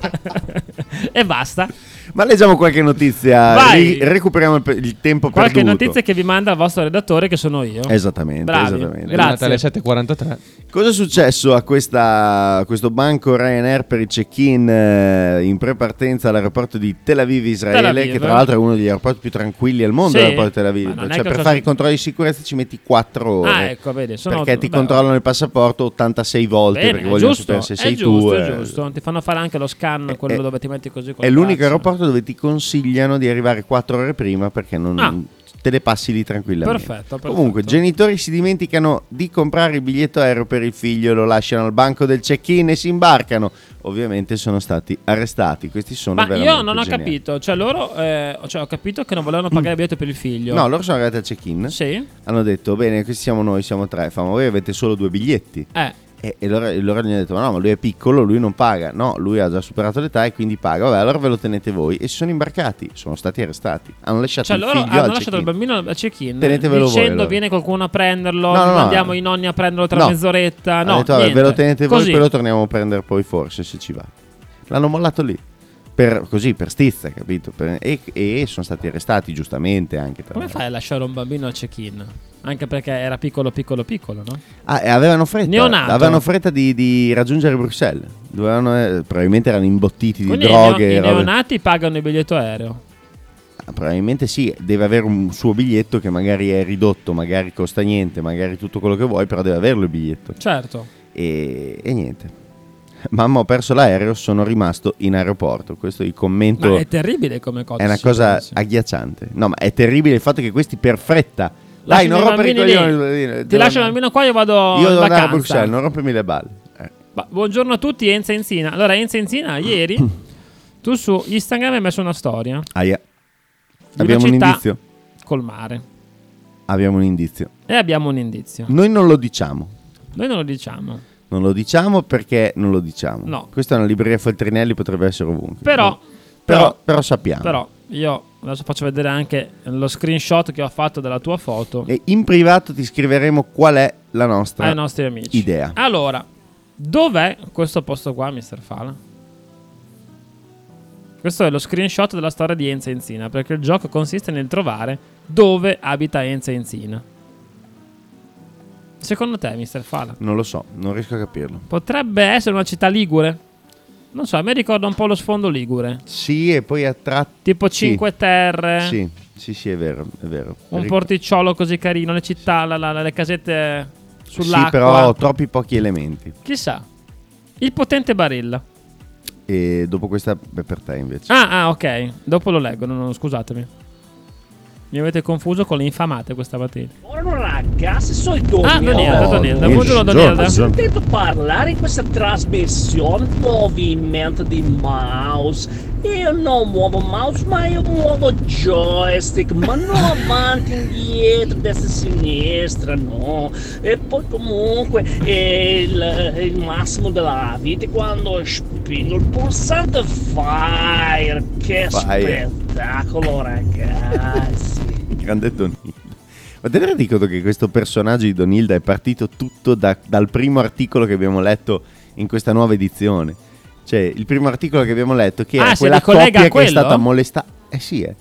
e basta. Ma leggiamo qualche notizia. Vai. ri- recuperiamo il, pe- il tempo Qualche perduto. notizia che vi manda il vostro redattore che sono io. Esattamente, Bravi. esattamente. Nata alle Grazie. 7.43. Cosa è successo a, questa- a questo banco Ryanair per il check-in eh, in prepartenza all'aeroporto di Tel Aviv Israele, Tel Aviv. che tra l'altro è uno degli aeroporti più tranquilli al mondo, Sì, l'aeroporto di Tel Aviv. ma non è Cioè, che per cosa- fare i controlli di sicurezza ci metti 4 ore. Ah, ecco, vedi, sono- perché ti beh, controllano il passaporto 86 volte Bene, perché è vogliono giusto, sapere se è sei giusto, tu. è eh. giusto. Ti fanno fare anche lo scan, quello eh, dove ti metti così. con È la l'unico faccia. aeroporto dove ti consigliano di arrivare 4 ore prima perché non Ah. te le passi lì tranquillamente. Perfetto, perfetto. Comunque, genitori si dimenticano di comprare il biglietto aereo per il figlio, lo lasciano al banco del check-in e si imbarcano. Ovviamente sono stati arrestati. Questi sono Ma veramente io non ho geniali. capito, cioè loro eh, cioè, ho capito che non volevano pagare il biglietto per il figlio. Mm. No, loro sono arrivati al check-in. Sì. Hanno detto: Bene, questi siamo noi, siamo tre. Fanno, voi avete solo due biglietti. Eh. E, e loro, e loro gli hanno detto: Ma no, ma lui è piccolo, lui non paga. No, lui ha già superato l'età e quindi paga. Vabbè, allora ve lo tenete voi. E si sono imbarcati. Sono stati arrestati. Hanno lasciato Cioè il loro figlio al hanno lasciato il check-in. bambino al check-in Tenetevelo voi, dicendo allora. viene qualcuno a prenderlo, No, no, no. mandiamo i nonni a prenderlo tra No. mezz'oretta, Hanno no, detto, "Vabbè, niente. ve lo tenete voi, Così. poi lo torniamo a prendere poi forse se ci va. L'hanno mollato lì. per, così, per stizza, capito? Per- e, e sono stati arrestati giustamente anche. tra Come l'altro. fai a lasciare un bambino al check-in? Anche perché era piccolo, piccolo, piccolo, no? Ah, e avevano fretta, Neonato. avevano fretta di, di raggiungere Bruxelles. Dovevano, eh, probabilmente erano imbottiti di Quindi i neo- droghe. i robe- neonati pagano il biglietto aereo. Ah, Probabilmente sì, deve avere un suo biglietto che magari è ridotto, magari costa niente, magari tutto quello che vuoi, però deve averlo il biglietto. Certo. E, e niente. Mamma, ho perso l'aereo, sono rimasto in aeroporto. Questo è il commento. Ma è terribile come cosa, Ecco. È una sì, cosa penso. agghiacciante. No, ma è terribile il fatto che questi per fretta. Dai, Lasciano non i rompere i bambini lì. coglioni. Ti lascio il bambino qua, io vado Io in devo andare a vacanza. Bruxelles, non rompermi le balle. Eh, Ma buongiorno a tutti, Enza Enzina. Allora, Enza Enzina, ieri tu su Instagram hai messo una storia di aia. Abbiamo una un città indizio. col mare. Abbiamo un indizio. E abbiamo un indizio. Noi non lo diciamo. Noi non lo diciamo. Non lo diciamo perché non lo diciamo. No. Questa è una libreria Feltrinelli, potrebbe essere ovunque. Però, però, però sappiamo. però, io adesso faccio vedere anche lo screenshot che ho fatto della tua foto E in privato ti scriveremo qual è la nostra ai nostri amici. idea. Allora, dov'è questo posto qua, Mr. Fala? Questo è lo screenshot della storia di Enza Enzina, perché il gioco consiste nel trovare dove abita Enza Enzina. Secondo te, Mr. Fala, Non lo so, non riesco a capirlo. potrebbe essere una città ligure? Non so, a me ricorda un po' lo sfondo ligure. Sì, e poi a tratti. Tipo Sì. Cinque Terre, Sì, sì, sì, è vero, è vero. un Ric- porticciolo così carino, le città, la- la- la- le casette sull'acqua. Sì, però ho troppi pochi elementi. Chissà. Il potente Barilla. E dopo questa è per te invece. Ah, ah, ok. Dopo lo leggo. no, no, scusatemi. Mi avete confuso con le infamate questa mattina. Buongiorno ragazzi, sono Donilda. Ah, Donilda, Oh, Donilda. Buongiorno, Donilda. Ho sentito parlare in questa trasmissione movimento di mouse. Io non muovo mouse, ma io muovo joystick, ma non avanti, indietro, destra e sinistra, É no. E poi comunque è il, è il massimo della vita quando spingo il pulsante fire. Che Fire. spettacolo ragazzi. Grande Donilda. Ma te ne rendi conto che questo personaggio di Donilda è partito tutto da- dal primo articolo che abbiamo letto in questa nuova edizione? Cioè, il primo articolo che abbiamo letto che Ah, era si quella ricollega a coppia che è quello? stata molestata. Eh sì, eh.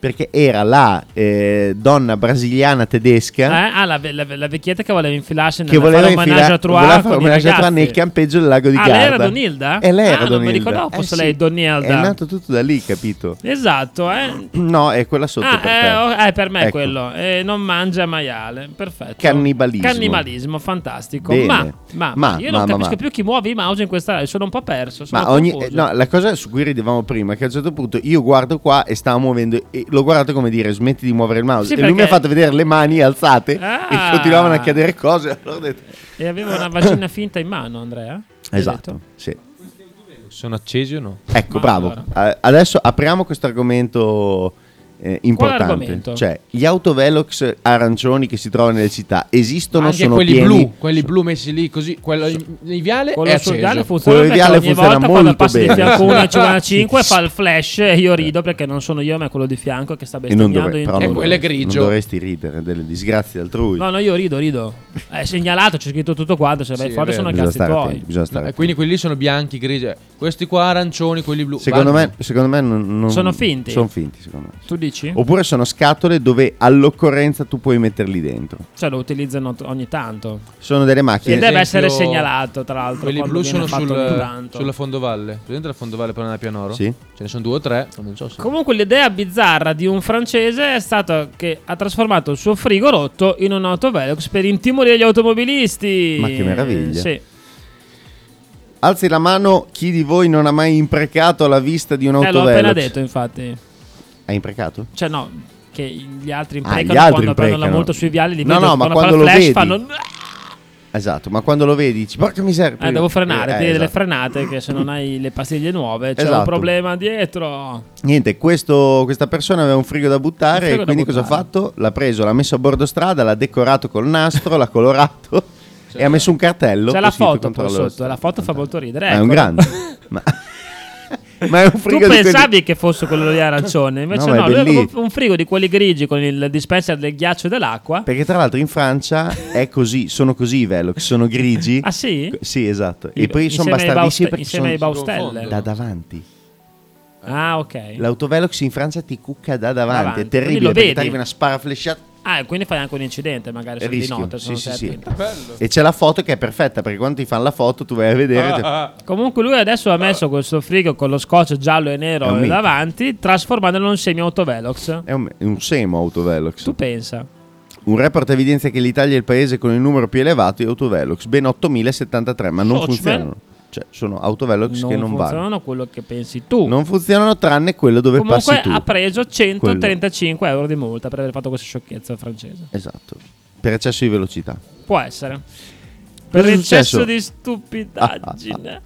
Perché era la eh, donna brasiliana Eh? tedesca Ah, la, ve- la- la vecchietta che voleva infilarsi nel che voleva menage infilare a trois voleva con fare un i menage a trois ragazzi. nel campeggio del lago di Ah, Garda. lei era Donilda? E lei era Ah, non mi Donilda. ricordavo fosse lei Donilda. È nato tutto da lì, capito? Esatto, eh. No, è quella sotto Ah, per eh, te. oh, eh, per me è Ecco. quello. Eh, non mangia maiale. Perfetto. Cannibalismo. Cannibalismo, fantastico. Bene. Ma, ma, Ma, io ma, ma, non capisco ma. più chi muove i mouse in questa. Sono un po' perso. Sono Ma ogni, eh, confuso. no, la cosa su cui ridevamo prima è che a un certo punto io guardo qua e stavo muovendo, e l'ho guardato come dire smetti di muovere il mouse. Sì, e lui mi ha perché- fatto vedere le mani alzate Ah. e continuavano a cadere cose. Allora ho detto, E aveva una vagina finta in mano, Andrea. Hai esatto, detto? sì. Sono accesi o no? Ecco, Ma bravo. Eh, Adesso apriamo questo argomento eh, importante. argomento? Cioè, gli autovelox arancioni che si trovano nelle città esistono, Anche sono quelli pieni. blu, quelli blu messi lì così, quello in in viale Quello è sul acceso. viale funziona Quello perché ideale ogni funziona volta quando molto passa di bene. Eh. fianco uno e ci vuole una 5 fa il flash e io rido perché non sono io ma è quello di fianco che sta E non bestemmiando dovrei, in però tutto. non quello è dovresti- grigio. Non dovresti ridere delle disgrazie altrui. No, no, io rido, rido. È segnalato, c'è scritto tutto quanto, se vai Sì, fuori è sono bisogna vero. cazzi stare tuoi. attenti. bisogna stare E attenti. Eh, quindi quelli lì sono bianchi, grigi. eh. Questi qua arancioni, quelli blu. Secondo Vanno. me, secondo me non, non- Sono finti? Sono finti, secondo me. Tu dici? Oppure sono scatole dove all'occorrenza tu puoi metterli dentro. Cioè lo utilizzano t- ogni tanto. Sono delle E macchine. deve essere esempio, segnalato, tra l'altro. Quelli quando blu viene sono fatto ogni sul, tanto. sulla fondovalle. Presente la fondovalle per andare a Pianoro? Sì. Ce ne sono due o tre. ma Non so se. Esatto. Comunque l'idea bizzarra di un francese è stata che ha trasformato il suo frigo rotto in un autovelox per intimorire gli automobilisti. Ma che meraviglia. Sì. Eh, Alzi la mano chi di voi non ha mai imprecato alla vista di un Eh, l'ho appena autovelox. detto, infatti. Hai imprecato? Cioè, no, che gli altri Ah, gli imprecano altri quando prendono la imprecano. multa sui viali. Li No, vedo no, che ma fanno quando lo fare flash, vedi- fanno. Esatto, ma quando lo vedi dici porca miseria. Eh, devo frenare, Eh, ti delle esatto. frenate che se non hai le pastiglie nuove c'è un Esatto. problema dietro. Niente, questo- questa persona aveva un frigo da buttare Un frigo e da quindi cosa ha buttare. fatto? L'ha preso, l'ha messo a bordo strada, l'ha decorato col nastro, l'ha colorato e ha messo un cartello. C'è la col sito foto poi controllo sotto, strada. la foto fa molto ridere. Ma è un eccola. grande. ma... ma è un Ecco. Tu frigo di quelli- pensavi che fosse quello lì arancione, invece No, ma no, è lui aveva bellissimo. un frigo di quelli grigi con il dispenser del ghiaccio e dell'acqua. Perché tra l'altro in Francia è così, sono così i Velox, sono grigi. Ah sì? Sì, esatto. I- E poi sono insieme bastardissimi ai Bauste- perché insieme sono ai Baustelle. da davanti. Ah, ok. L'autovelox in Francia ti cucca da davanti, Davanti. è Quindi lo terribile perché vedi. ti arriva una spara flesciata Ah, e quindi fai anche un incidente, magari se di rischio. notte. Sì, sono sì, certi. sì. E c'è la foto che è perfetta perché quando ti fanno la foto tu vai a Ah, vedere te- Comunque lui adesso ha messo questo frigo con lo scotch giallo e È nero un mito. davanti, trasformandolo in un semi autovelox. è un, è un semo autovelox. Tu pensa. Un report evidenzia che l'Italia è il paese con il numero più elevato di autovelox, ben 8073, ma non Watchmen. funzionano. Cioè, sono autovelox Non, che non vanno. funzionano quello che pensi tu. Non funzionano tranne quello dove Comunque passi tu. ha preso 135 euro di multa per aver fatto questa sciocchezza francese. Esatto. Per eccesso di velocità. Può essere. Per Cosa è eccesso successo? Ah, di stupidaggine.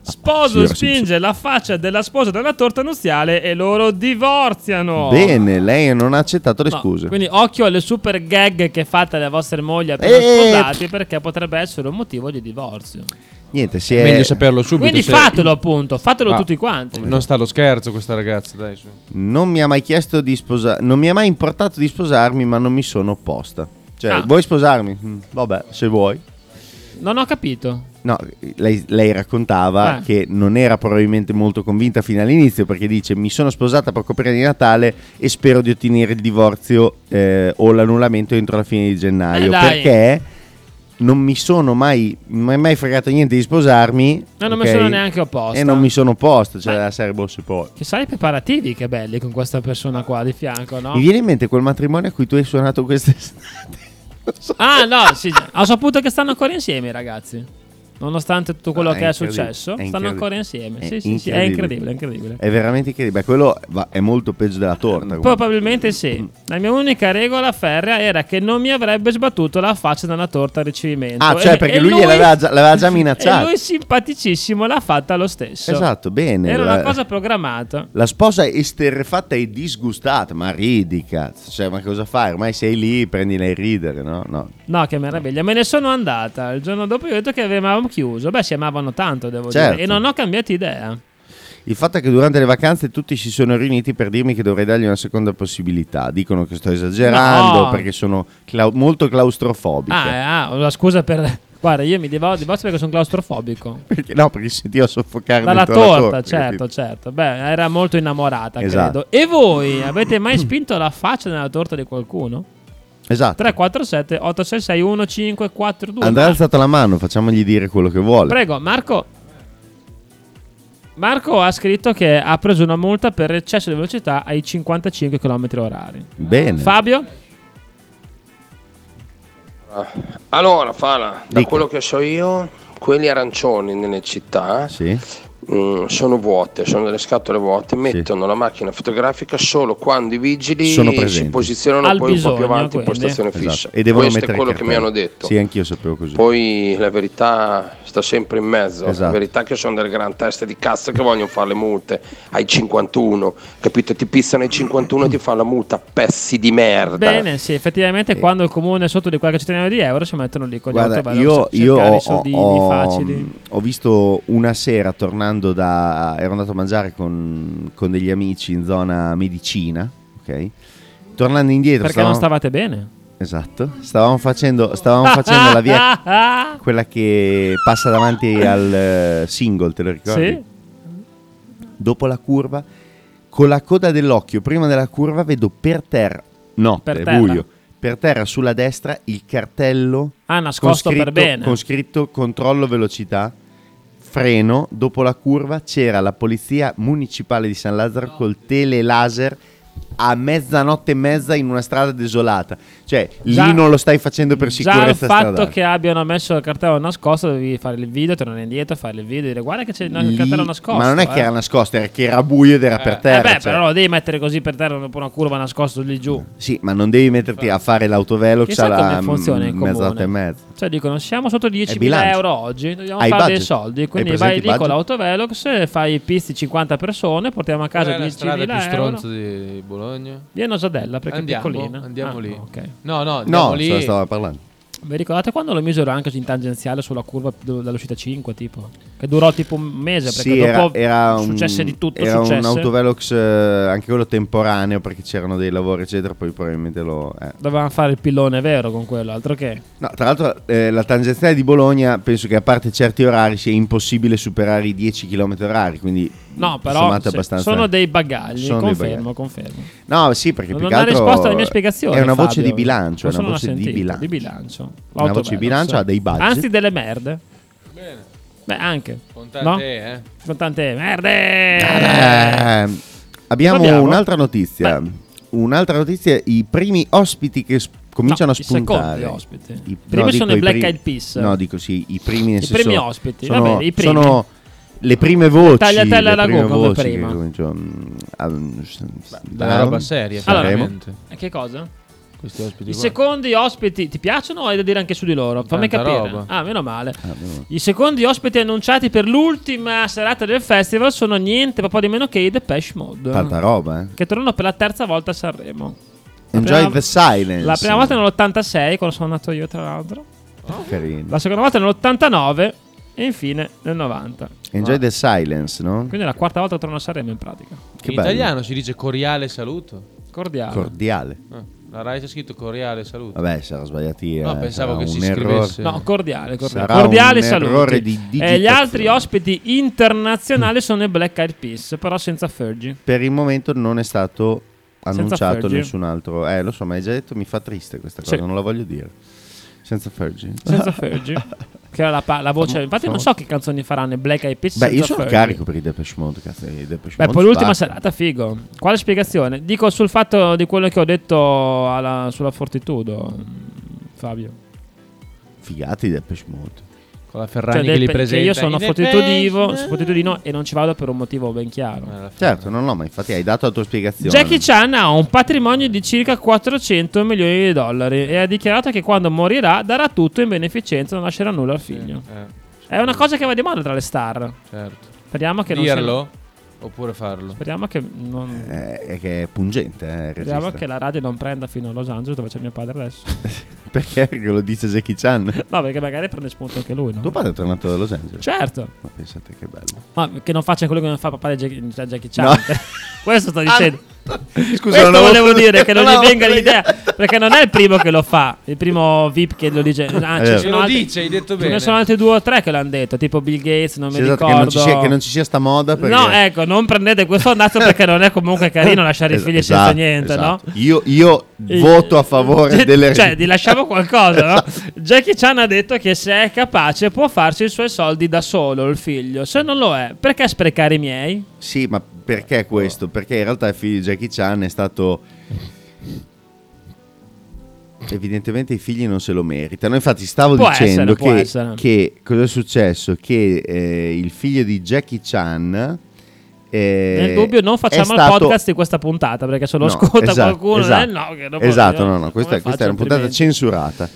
Sposo Signora spinge la faccia della sposa nella torta nuziale e loro divorziano. Bene, lei non ha accettato le No, scuse. Quindi occhio alle super gag che fate alle vostre mogli appena Eh, sposati perché potrebbe essere un motivo di divorzio. Niente, si è... Meglio saperlo subito. Quindi se- fatelo appunto, fatelo Ah, tutti quanti. Non sta allo scherzo questa ragazza, dai. su. Non mi ha mai chiesto di sposarmi, non mi ha mai importato di sposarmi, ma non mi sono opposta. Cioè, Ah. vuoi sposarmi? Mm, Vabbè, se vuoi. Non ho capito. No, lei, lei raccontava Ah. che non era probabilmente molto convinta fino all'inizio perché dice mi sono sposata poco prima di Natale e spero di ottenere il divorzio eh, o l'annullamento entro la fine di Eh, gennaio dai. perché non mi sono mai, mai, mai fregato niente di sposarmi No, non mi ok? sono neanche opposta. Eh. e non mi sono opposto, cioè la sarebbe se poi. Che sai i preparativi che belli con questa persona qua di fianco, no? Mi viene in mente quel matrimonio a cui tu hai suonato quest'estate. Ah, no, sì, già. ho saputo che stanno ancora insieme i ragazzi. Nonostante tutto quello No, che è, incredibile, successo, Ah, è stanno incredibile. ancora insieme. Sì, È sì, sì, è incredibile, incredibile. è incredibile. È veramente incredibile. Beh, Quello va- è molto peggio della torta. comunque. Probabilmente Mm. sì. La mia unica regola ferrea era che non mi avrebbe sbattuto la faccia nella torta a ricevimento. Ah, cioè, E- perché e lui gliel'aveva già- l'aveva già minacciato. E lui simpaticissimo l'ha fatta lo stesso. Esatto, bene. Era La- una cosa programmata. La sposa è esterrefatta e disgustata, ma ridi, cazzo. Cioè, ma cosa fai? Ormai sei lì, prendila e ridere, no? No. No, che meraviglia. Me ne sono andata. Il giorno dopo io ho detto che avevamo chiuso. Beh, si amavano tanto, devo Certo. dire. E non ho cambiato idea. Il fatto è che durante le vacanze tutti si sono riuniti per dirmi che dovrei dargli una seconda possibilità. Dicono che sto esagerando No. perché sono clau- molto claustrofobico. Ah, eh, ah, la scusa per... Guarda, io mi devo divorzio perché sono claustrofobico. Perché- no, perché si sentiva soffocare Dalla dentro torta, la torta, certo, capito? certo. Beh, era molto innamorata, Esatto. credo. E voi avete mai spinto la faccia nella torta di qualcuno? Esatto. 347 866 1542. Andrà alzata la mano, facciamogli dire quello che vuole. Prego, Marco. Marco ha scritto che ha preso una multa per eccesso di velocità ai 55 km orari. Bene. Fabio? Allora, Fala, da quello che so io, quelli arancioni nelle città Sì. mm, sono vuote, sono delle scatole vuote, mettono la macchina fotografica solo quando i vigili Sono si presenti. posizionano Al poi un po' più bisogno, avanti in quindi. postazione Esatto. fissa. E devono Questo è mettere il quello che mi cartello. hanno detto. Sì, anch'io sapevo così. Poi la verità sta sempre in mezzo. La Esatto. verità è che sono delle gran teste di cazzo che vogliono fare le multe ai 51, capito? Ti pissano ai 51 e ti fanno la multa, pezzi di merda. Bene, sì, effettivamente quando il comune è sotto di qualche centinaio di euro si mettono lì con gli Guarda, autovelox io, a io cercare ho, i soldini ho- facili. ho visto una sera tornando da... ero andato a mangiare con, con degli amici in zona medicina, ok? Tornando indietro... Perché non stavate bene? Esatto, stavamo facendo, stavamo facendo la via... Quella che passa davanti al eh, single, te lo ricordi? Sì. Dopo la curva, con la coda dell'occhio, prima della curva vedo per terra... No, Per per terra. buio. Per terra sulla destra il cartello Ah, nascosto per bene. con scritto controllo velocità, freno, dopo la curva c'era la polizia municipale di San Lazzaro col tele laser a mezzanotte e mezza in una strada desolata. Cioè, Già- lì non lo stai facendo per Già il sicurezza fatto stradale. che abbiano messo il cartello nascosto, dovevi fare il video, tornare indietro, fare il video e dire guarda che c'è il Lì- cartello nascosto. ma non è eh. che era nascosto, era che era buio ed era per Eh terra. beh, cioè. però lo devi mettere così per terra dopo una curva nascosto lì giù. Sì, ma non devi metterti a fare l'autovelox Chissà alla come funziona il mm, comune. mezzanotte e mezza. Cioè dicono siamo sotto 10.000 bilancio. euro oggi, dobbiamo Hai fare dei budget? soldi, Hai quindi presente vai i lì con budget? l'autovelox, eh, fai i pizzi 50 persone, portiamo a casa Qual è la strada 10.000 più euro. stronza di Bologna? Via Nosadella eh, perché andiamo, è piccolina. Andiamo Ah, lì. ok. No, no, andiamo No, lì. se la stava parlando. Vi ricordate quando lo misero anche in tangenziale sulla curva do- dall'uscita 5, tipo? Che durò tipo un mese perché Sì, era, dopo era un, successe di tutto, era un successe. autovelox eh, anche quello temporaneo perché c'erano dei lavori eccetera, poi probabilmente lo... eh. Dovevamo fare il pillone vero con quello, altro che. No, tra l'altro eh, la tangenziale di Bologna penso che a parte certi orari sia impossibile superare i 10 km orari, quindi No, però sommate se- abbastanza- sono dei bagagli, sono dei confermo, bagagli. confermo. No, sì, perché Non più che ha altro risposto alle mie spiegazioni. È una voce Fabio. di bilancio, è una Forse non l'ha voce di sentito, bilancio. di bilancio. Una Molto voce di bello, bilancio sì. ha dei budget. Anzi, delle merde. Bene. Beh, anche. Con tante no? E, eh. Con tante E, merde. Eh, abbiamo, Abbiamo? un'altra notizia. Un'altra notizia, i primi ospiti che s- cominciano No, a i spuntare. secondi ospiti. I no, primi sono dico i Black primi- Eyed Peas. No, dico sì, i primi nel I senso- primi ospiti, sono, vabbè, i primi. sono le prime voci. Tagliatella le alla prime Go come voci che prima. cominciano, mm, a- s- della da- roba seria, Sanremo. veramente. E Che cosa? Questi ospiti I qua. secondi ospiti ti piacciono o hai da dire anche su di loro? Fammi Tanta capire. roba. Ah, meno male. meno male. I secondi ospiti annunciati per l'ultima serata del festival sono niente proprio di meno che i Depeche Mode. Tanta roba, eh. Che tornano per la terza volta a Sanremo. La Enjoy prima- the silence. La prima volta nell'86, quando sono nato io, tra l'altro. Carino. La seconda volta nell'89 e infine nel 90. Enjoy the silence, no? Quindi è la quarta volta che torno a Sanremo in pratica. Che in bello. italiano si dice coriale saluto. Cordiale. Cordiale. Ah, la Rai c'è scritto coriale saluto. Vabbè, sarà sbagliato io. No, eh, pensavo sarà che si un errore. scrivesse. No, cordiale, cordiale. Sarà Cordiale un saluti. errore di e gli digitazione. altri ospiti internazionali sono i Black Eyed Peas, però senza Fergie. Per il momento non è stato Senza annunciato Fergie. nessun altro. Eh, lo so, ma hai già detto, mi fa triste questa cosa, Sì. non la voglio dire. Senza Fergie. Senza Fergie. che era la, pa- la voce. Infatti non so che canzoni faranno i Black Eyed Peas Beh, io senza sono Fergie. carico per i Depeche Mode, cazzo, i Depeche Beh, Mode poi l'ultima spaccano. serata, figo. Quale spiegazione? Dico sul fatto di quello che ho detto alla- sulla Fortitudo, mm, Fabio. Figati i Depeche Mode. Con la Ferragni Cioè, che li Depe- presenta. io sono In fortitudivo, effetti- sono fortitudino e non ci vado per un motivo ben chiaro. Certo, non no, ma infatti hai dato la tua spiegazione. Jackie Chan ha un patrimonio di circa 400 milioni di dollari e ha dichiarato che quando morirà darà tutto in beneficenza e non lascerà nulla al figlio. Eh, È una cosa che va di moda tra le star. certo. Speriamo che non sia- Dirlo oppure farlo. Speriamo che non- Eh, è che è pungente, eh, il Speriamo regista. che la radio non prenda fino a Los Angeles dove c'è mio padre adesso. Perché? Perché lo dice Jackie Chan? no, perché magari prende spunto anche lui. no? Tuo padre è tornato da Los Angeles? Certo. Ma pensate che bello. Ma che non faccia quello che non fa papà di Jackie, cioè Jackie Chan. No. Questo sto dicendo. Scusa, non Questo avevo volevo preso- dire che non non gli avevo venga l'idea. Perché non è il primo che lo fa. Il primo VIP che lo dice. Ah, Eh. ci Ce sono lo altri- dice, hai detto Ce ne bene. sono altri due o tre che l'hanno detto, tipo Bill Gates, non Sì, mi esatto, ricordo. che, non ci sia, che non ci sia sta moda. Perché... No, ecco, non prendete questo andazzo perché non è comunque carino lasciare i Esatto, figli senza niente, esatto. no? Io, io Il- voto a favore Cioè, delle Cioè, gli lasciamo qualcosa, no? Jackie Chan ha detto che se è capace può farsi i suoi soldi da solo, il figlio. Se non lo è, perché sprecare i miei? Sì, ma perché questo? Perché in realtà il figlio di Jackie Chan è stato. Evidentemente i figli non se lo meritano. Infatti, stavo Può dicendo essere, può che, essere. che cosa è successo? Che eh, il figlio di Jackie Chan. eh, Nel dubbio non facciamo è stato- il podcast di questa puntata perché se lo No, ascolta esatto, qualcuno esatto, eh, no, che dopo- esatto, io- no, no, questa, come questa è una faccio puntata altrimenti? censurata.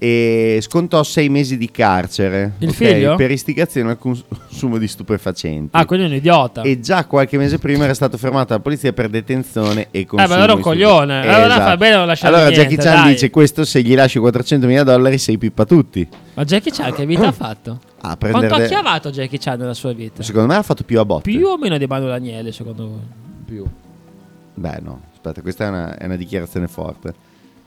E scontò sei mesi di carcere Il ok, figlio? per istigazione al cons- consumo di stupefacenti. Ah, quindi è un idiota. E già qualche mese prima era stato fermato dalla polizia per detenzione e consumo. Eh, ma allora è un di stupefa- coglione, allora fa bene a non lasciargli Allora niente, Jackie Chan dai. dice: Questo se gli lasci 400.000 dollari sei pippa tutti. Ma Jackie Chan che vita ha fatto? A Quanto ha prendere- chiavato Jackie Chan nella sua vita? Secondo me ha fatto più a botte. Più o meno di Manu Daniele, secondo voi? Più. Beh, no, aspetta, questa è una, è una dichiarazione forte.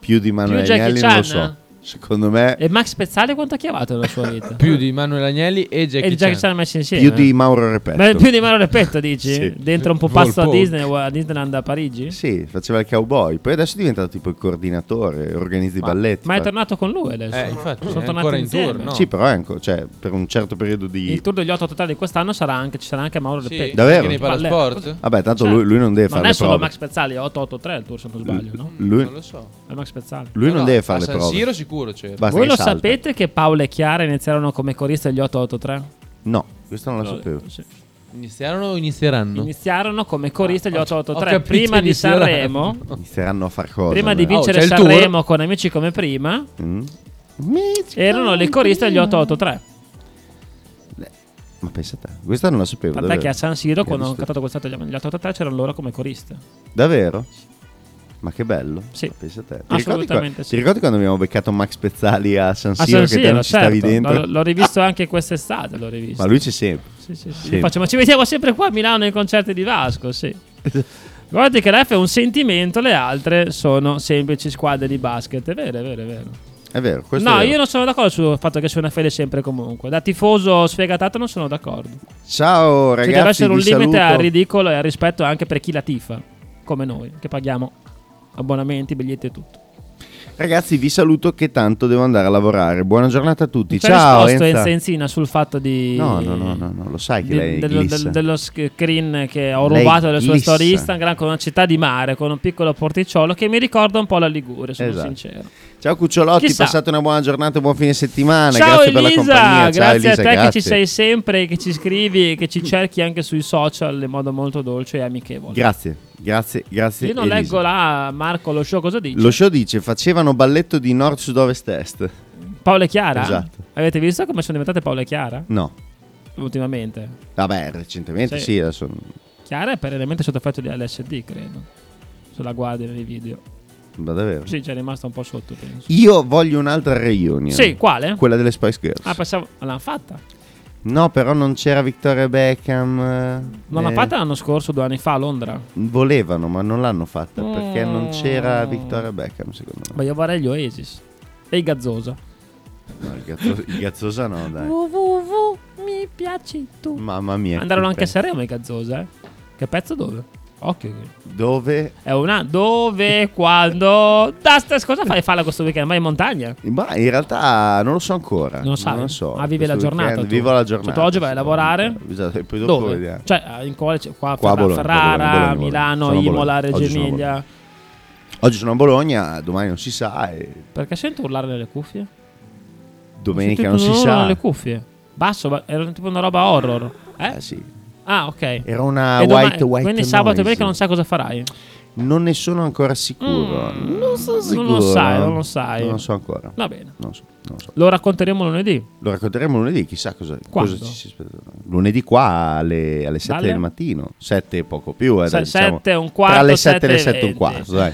Più di Manuel Jackie Agnelli non lo Chan? so. Secondo me, E Max Pezzale quanto ha chiavato nella sua vita? Più di Manuel Agnelli e Jackie, e di Jackie Chan messi insieme? più di Mauro Repetto. eh. Ma più di Manu Repetto, dici? Sì. Dentro un pupazzo a Volpo. Disney o a Disneyland a Parigi? Sì, faceva il cowboy. Poi adesso è diventato tipo il coordinatore, organizza i balletti. Ma è fa- tornato con lui adesso. Eh, infatti, Sono è tornati ancora in insieme. tour, no? Sì, però ecco, cioè, per un certo periodo di... Il tour degli 8 totali di quest'anno sarà anche, ci sarà anche Mauro Sì, Repetto. Davvero? Anche nei Palle- parasport? Vabbè, tanto Cioè, lui, lui non deve Non fare è le solo prove. Max Pezzali, è 883 il tour se non sbaglio, no? Lui, Non lo so. È Max Pezzali. lui No, non no, deve fare a le San prove. Siro sicuro certo. c'era. Basta Voi che lo salta. sapete che Paolo e Chiara iniziarono come corista degli 883? No, questo non lo L'ho sapevo. detto, sì. Iniziarono o inizieranno? Iniziarono come corista degli ho- 883 Ah, ho capito, prima di inizieranno. Sanremo, Inizieranno a far cosa. prima di allora? vincere c'è il tour. Sanremo con amici come prima, Mm? erano le coriste degli 883. Ma pensa te, questa non la sapevo. Tant'è Davvero? che a San Siro, Che quando hanno visto- cantato quest'altro gli 883, c'erano loro come coriste. Davvero? Ma che bello. Sì. Ma pensa te. Ti ricordi, Assolutamente qua- sì. ti ricordi quando abbiamo beccato Max Pezzali a San A Siro? San che te Siro, non ci stavi certo. dentro? L'ho, l'ho rivisto anche quest'estate, l'ho rivisto. Ma lui c'è sempre. Sì, sì, sì. Sì. Io faccio, ma ci vediamo sempre qua a Milano nei concerti di Vasco, sì. Guardate che la F è un sentimento, le altre sono semplici squadre di basket. È vero, è vero, è vero. È vero, questo no, è vero. io non sono d'accordo sul fatto che sia una fede sempre e comunque. Da tifoso sfegatato non sono d'accordo. Ciao Ci ragazzi, deve essere un vi limite saluto. al ridicolo e al rispetto anche per chi la tifa, come noi, che paghiamo abbonamenti, biglietti e tutto. Ragazzi, vi saluto che tanto devo andare a lavorare. Buona giornata a tutti. C'è Ciao risposto Enza. Enza Enzina sul fatto di... No, no, no, no, no, lo sai che di- lei dello, glissa. del- dello screen che ho Lei rubato dalle sue glissa. storie Instagram con una città di mare, con un piccolo porticciolo che mi ricorda un po' la Liguria, sono Esatto. sincero. Ciao Cucciolotti, Chissà. passate una buona giornata, buon fine settimana. Ciao grazie Elisa, per la compagnia. Ciao grazie Elisa, a te grazie. che ci sei sempre, che ci scrivi e che ci cerchi anche sui social in modo molto dolce e amichevole. Grazie, grazie, grazie. Io non Elisa. leggo là Marco lo show cosa dice. Lo show dice facevano balletto di nord sud ovest est. Paola e Chiara? Esatto. Avete visto come sono diventate Paola e Chiara? No. Ultimamente. Vabbè, recentemente Sì. sì, adesso Chiara è perennemente sotto effetto di LSD, credo. Se la guardi nei video. ma davvero. Sì, c'è rimasta un po' sotto, penso. Io voglio un'altra reunion. Sì, quale? Quella delle Spice Girls. Ah, pensavo l'hanno fatta. No, però non c'era Victoria Beckham. Eh, Non Non l'hanno fatta l'anno scorso, due anni fa a Londra. Volevano, ma non l'hanno fatta perché Mm. non c'era Victoria Beckham, secondo me. Ma io vorrei gli Oasis. E i Gazzosa. No, il, gazzo- il gazzosa no, Uh. dai. www, mi piaci tu. Mamma mia. Andarono che anche a pezzo. Sanremo i Gazzosa, eh. Che pezzo dove? Occhio. che- Dove? È una dove, quando... Dastas, cosa fai falla questo weekend? Vai in montagna? Ma in realtà non lo so ancora. Non lo sai? lo so. Ah, vivi la Questo giornata weekend tu. Vivo la Cioè, tu giornata. oggi vai a sì. lavorare? Esatto, e poi dopo Dove? vediamo. Cioè, in quale c'è- qua, Qua a Ferra- Bologna, Ferrara, Bologna, Bologna, Bologna. Milano, Sono a Imola, Bologna. Oggi Reggio sono a Bologna. Emilia. Oggi sono a Bologna, domani non si sa e Perché sento urlare nelle cuffie? domenica Ho non sentito si un urlo sa. nelle cuffie. Basso, ba- era tipo una roba horror. Eh? sì. Ah, ok. Era una E domani- white white Quindi sabato e noise. domenica non sai cosa farai. Non ne sono ancora sicuro. non sono sicuro. eh. Mm, non lo sai, non lo sai. Non lo so ancora. Va bene. Non lo so, non lo so. Lo racconteremo lunedì. Lo racconteremo lunedì, chissà cosa, Quando? cosa ci si aspetta. Lunedì qua alle, alle 7 Dalle? del mattino, 7 e poco più, eh, Se- dai, diciamo, sette e un quarto, tra le 7 e le sette 7 e e un venti. quarto, dai.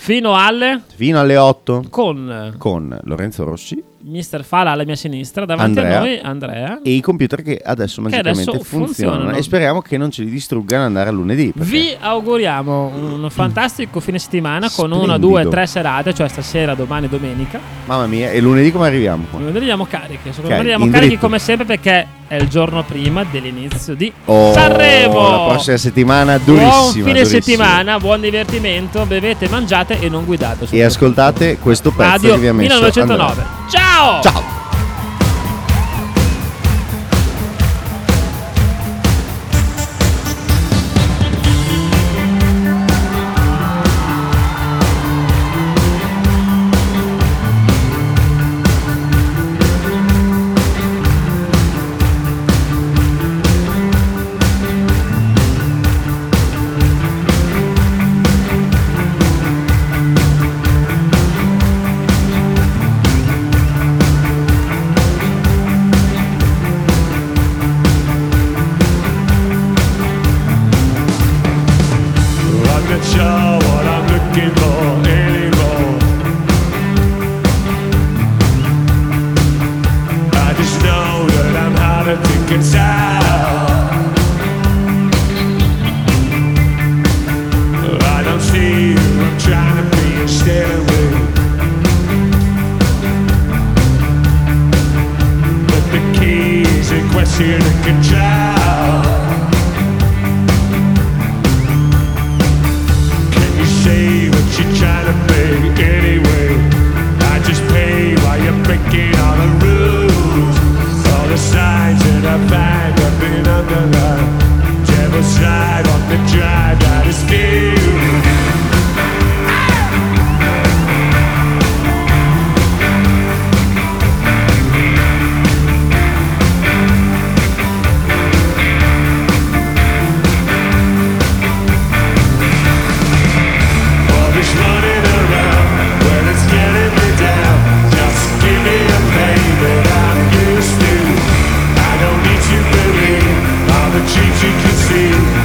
Fino alle Fino alle 8 con con Lorenzo Rossi Mister Fala alla mia sinistra, davanti Andrea. a noi Andrea. e i computer che adesso magicamente Eh? adesso funzionano, funzionano. e speriamo che non ce li distruggano andare a lunedì. perché- Vi auguriamo un fantastico fine settimana con una, Splendido. due, tre serate, cioè stasera, domani, domenica. Mamma mia, e lunedì come arriviamo qua? Noi andiamo carichi, secondo Ok, me andiamo in carichi dritto. come sempre perché è il giorno prima dell'inizio di Oh, Sanremo. La prossima settimana durissima, Buon fine durissima. settimana, buon divertimento, bevete, mangiate e non guidate. E ascoltate questo pezzo Radio che vi ha messo 1909. Andrea. Ciao! Ciao! I can show what I'm looking for anymore. I just know that I'm hard to think inside. I don't see you, I'm trying to be instead of you. But the key is a question of control. Can you say what you're trying to be anyway? I just pay while you're breaking all the rules. All the signs that I find have been underlined. Devil's side on the drive that is filled. All this running around, well, it's getting me down. Just give me a pain that I'm used to. I don't need to believe all the dreams you can see.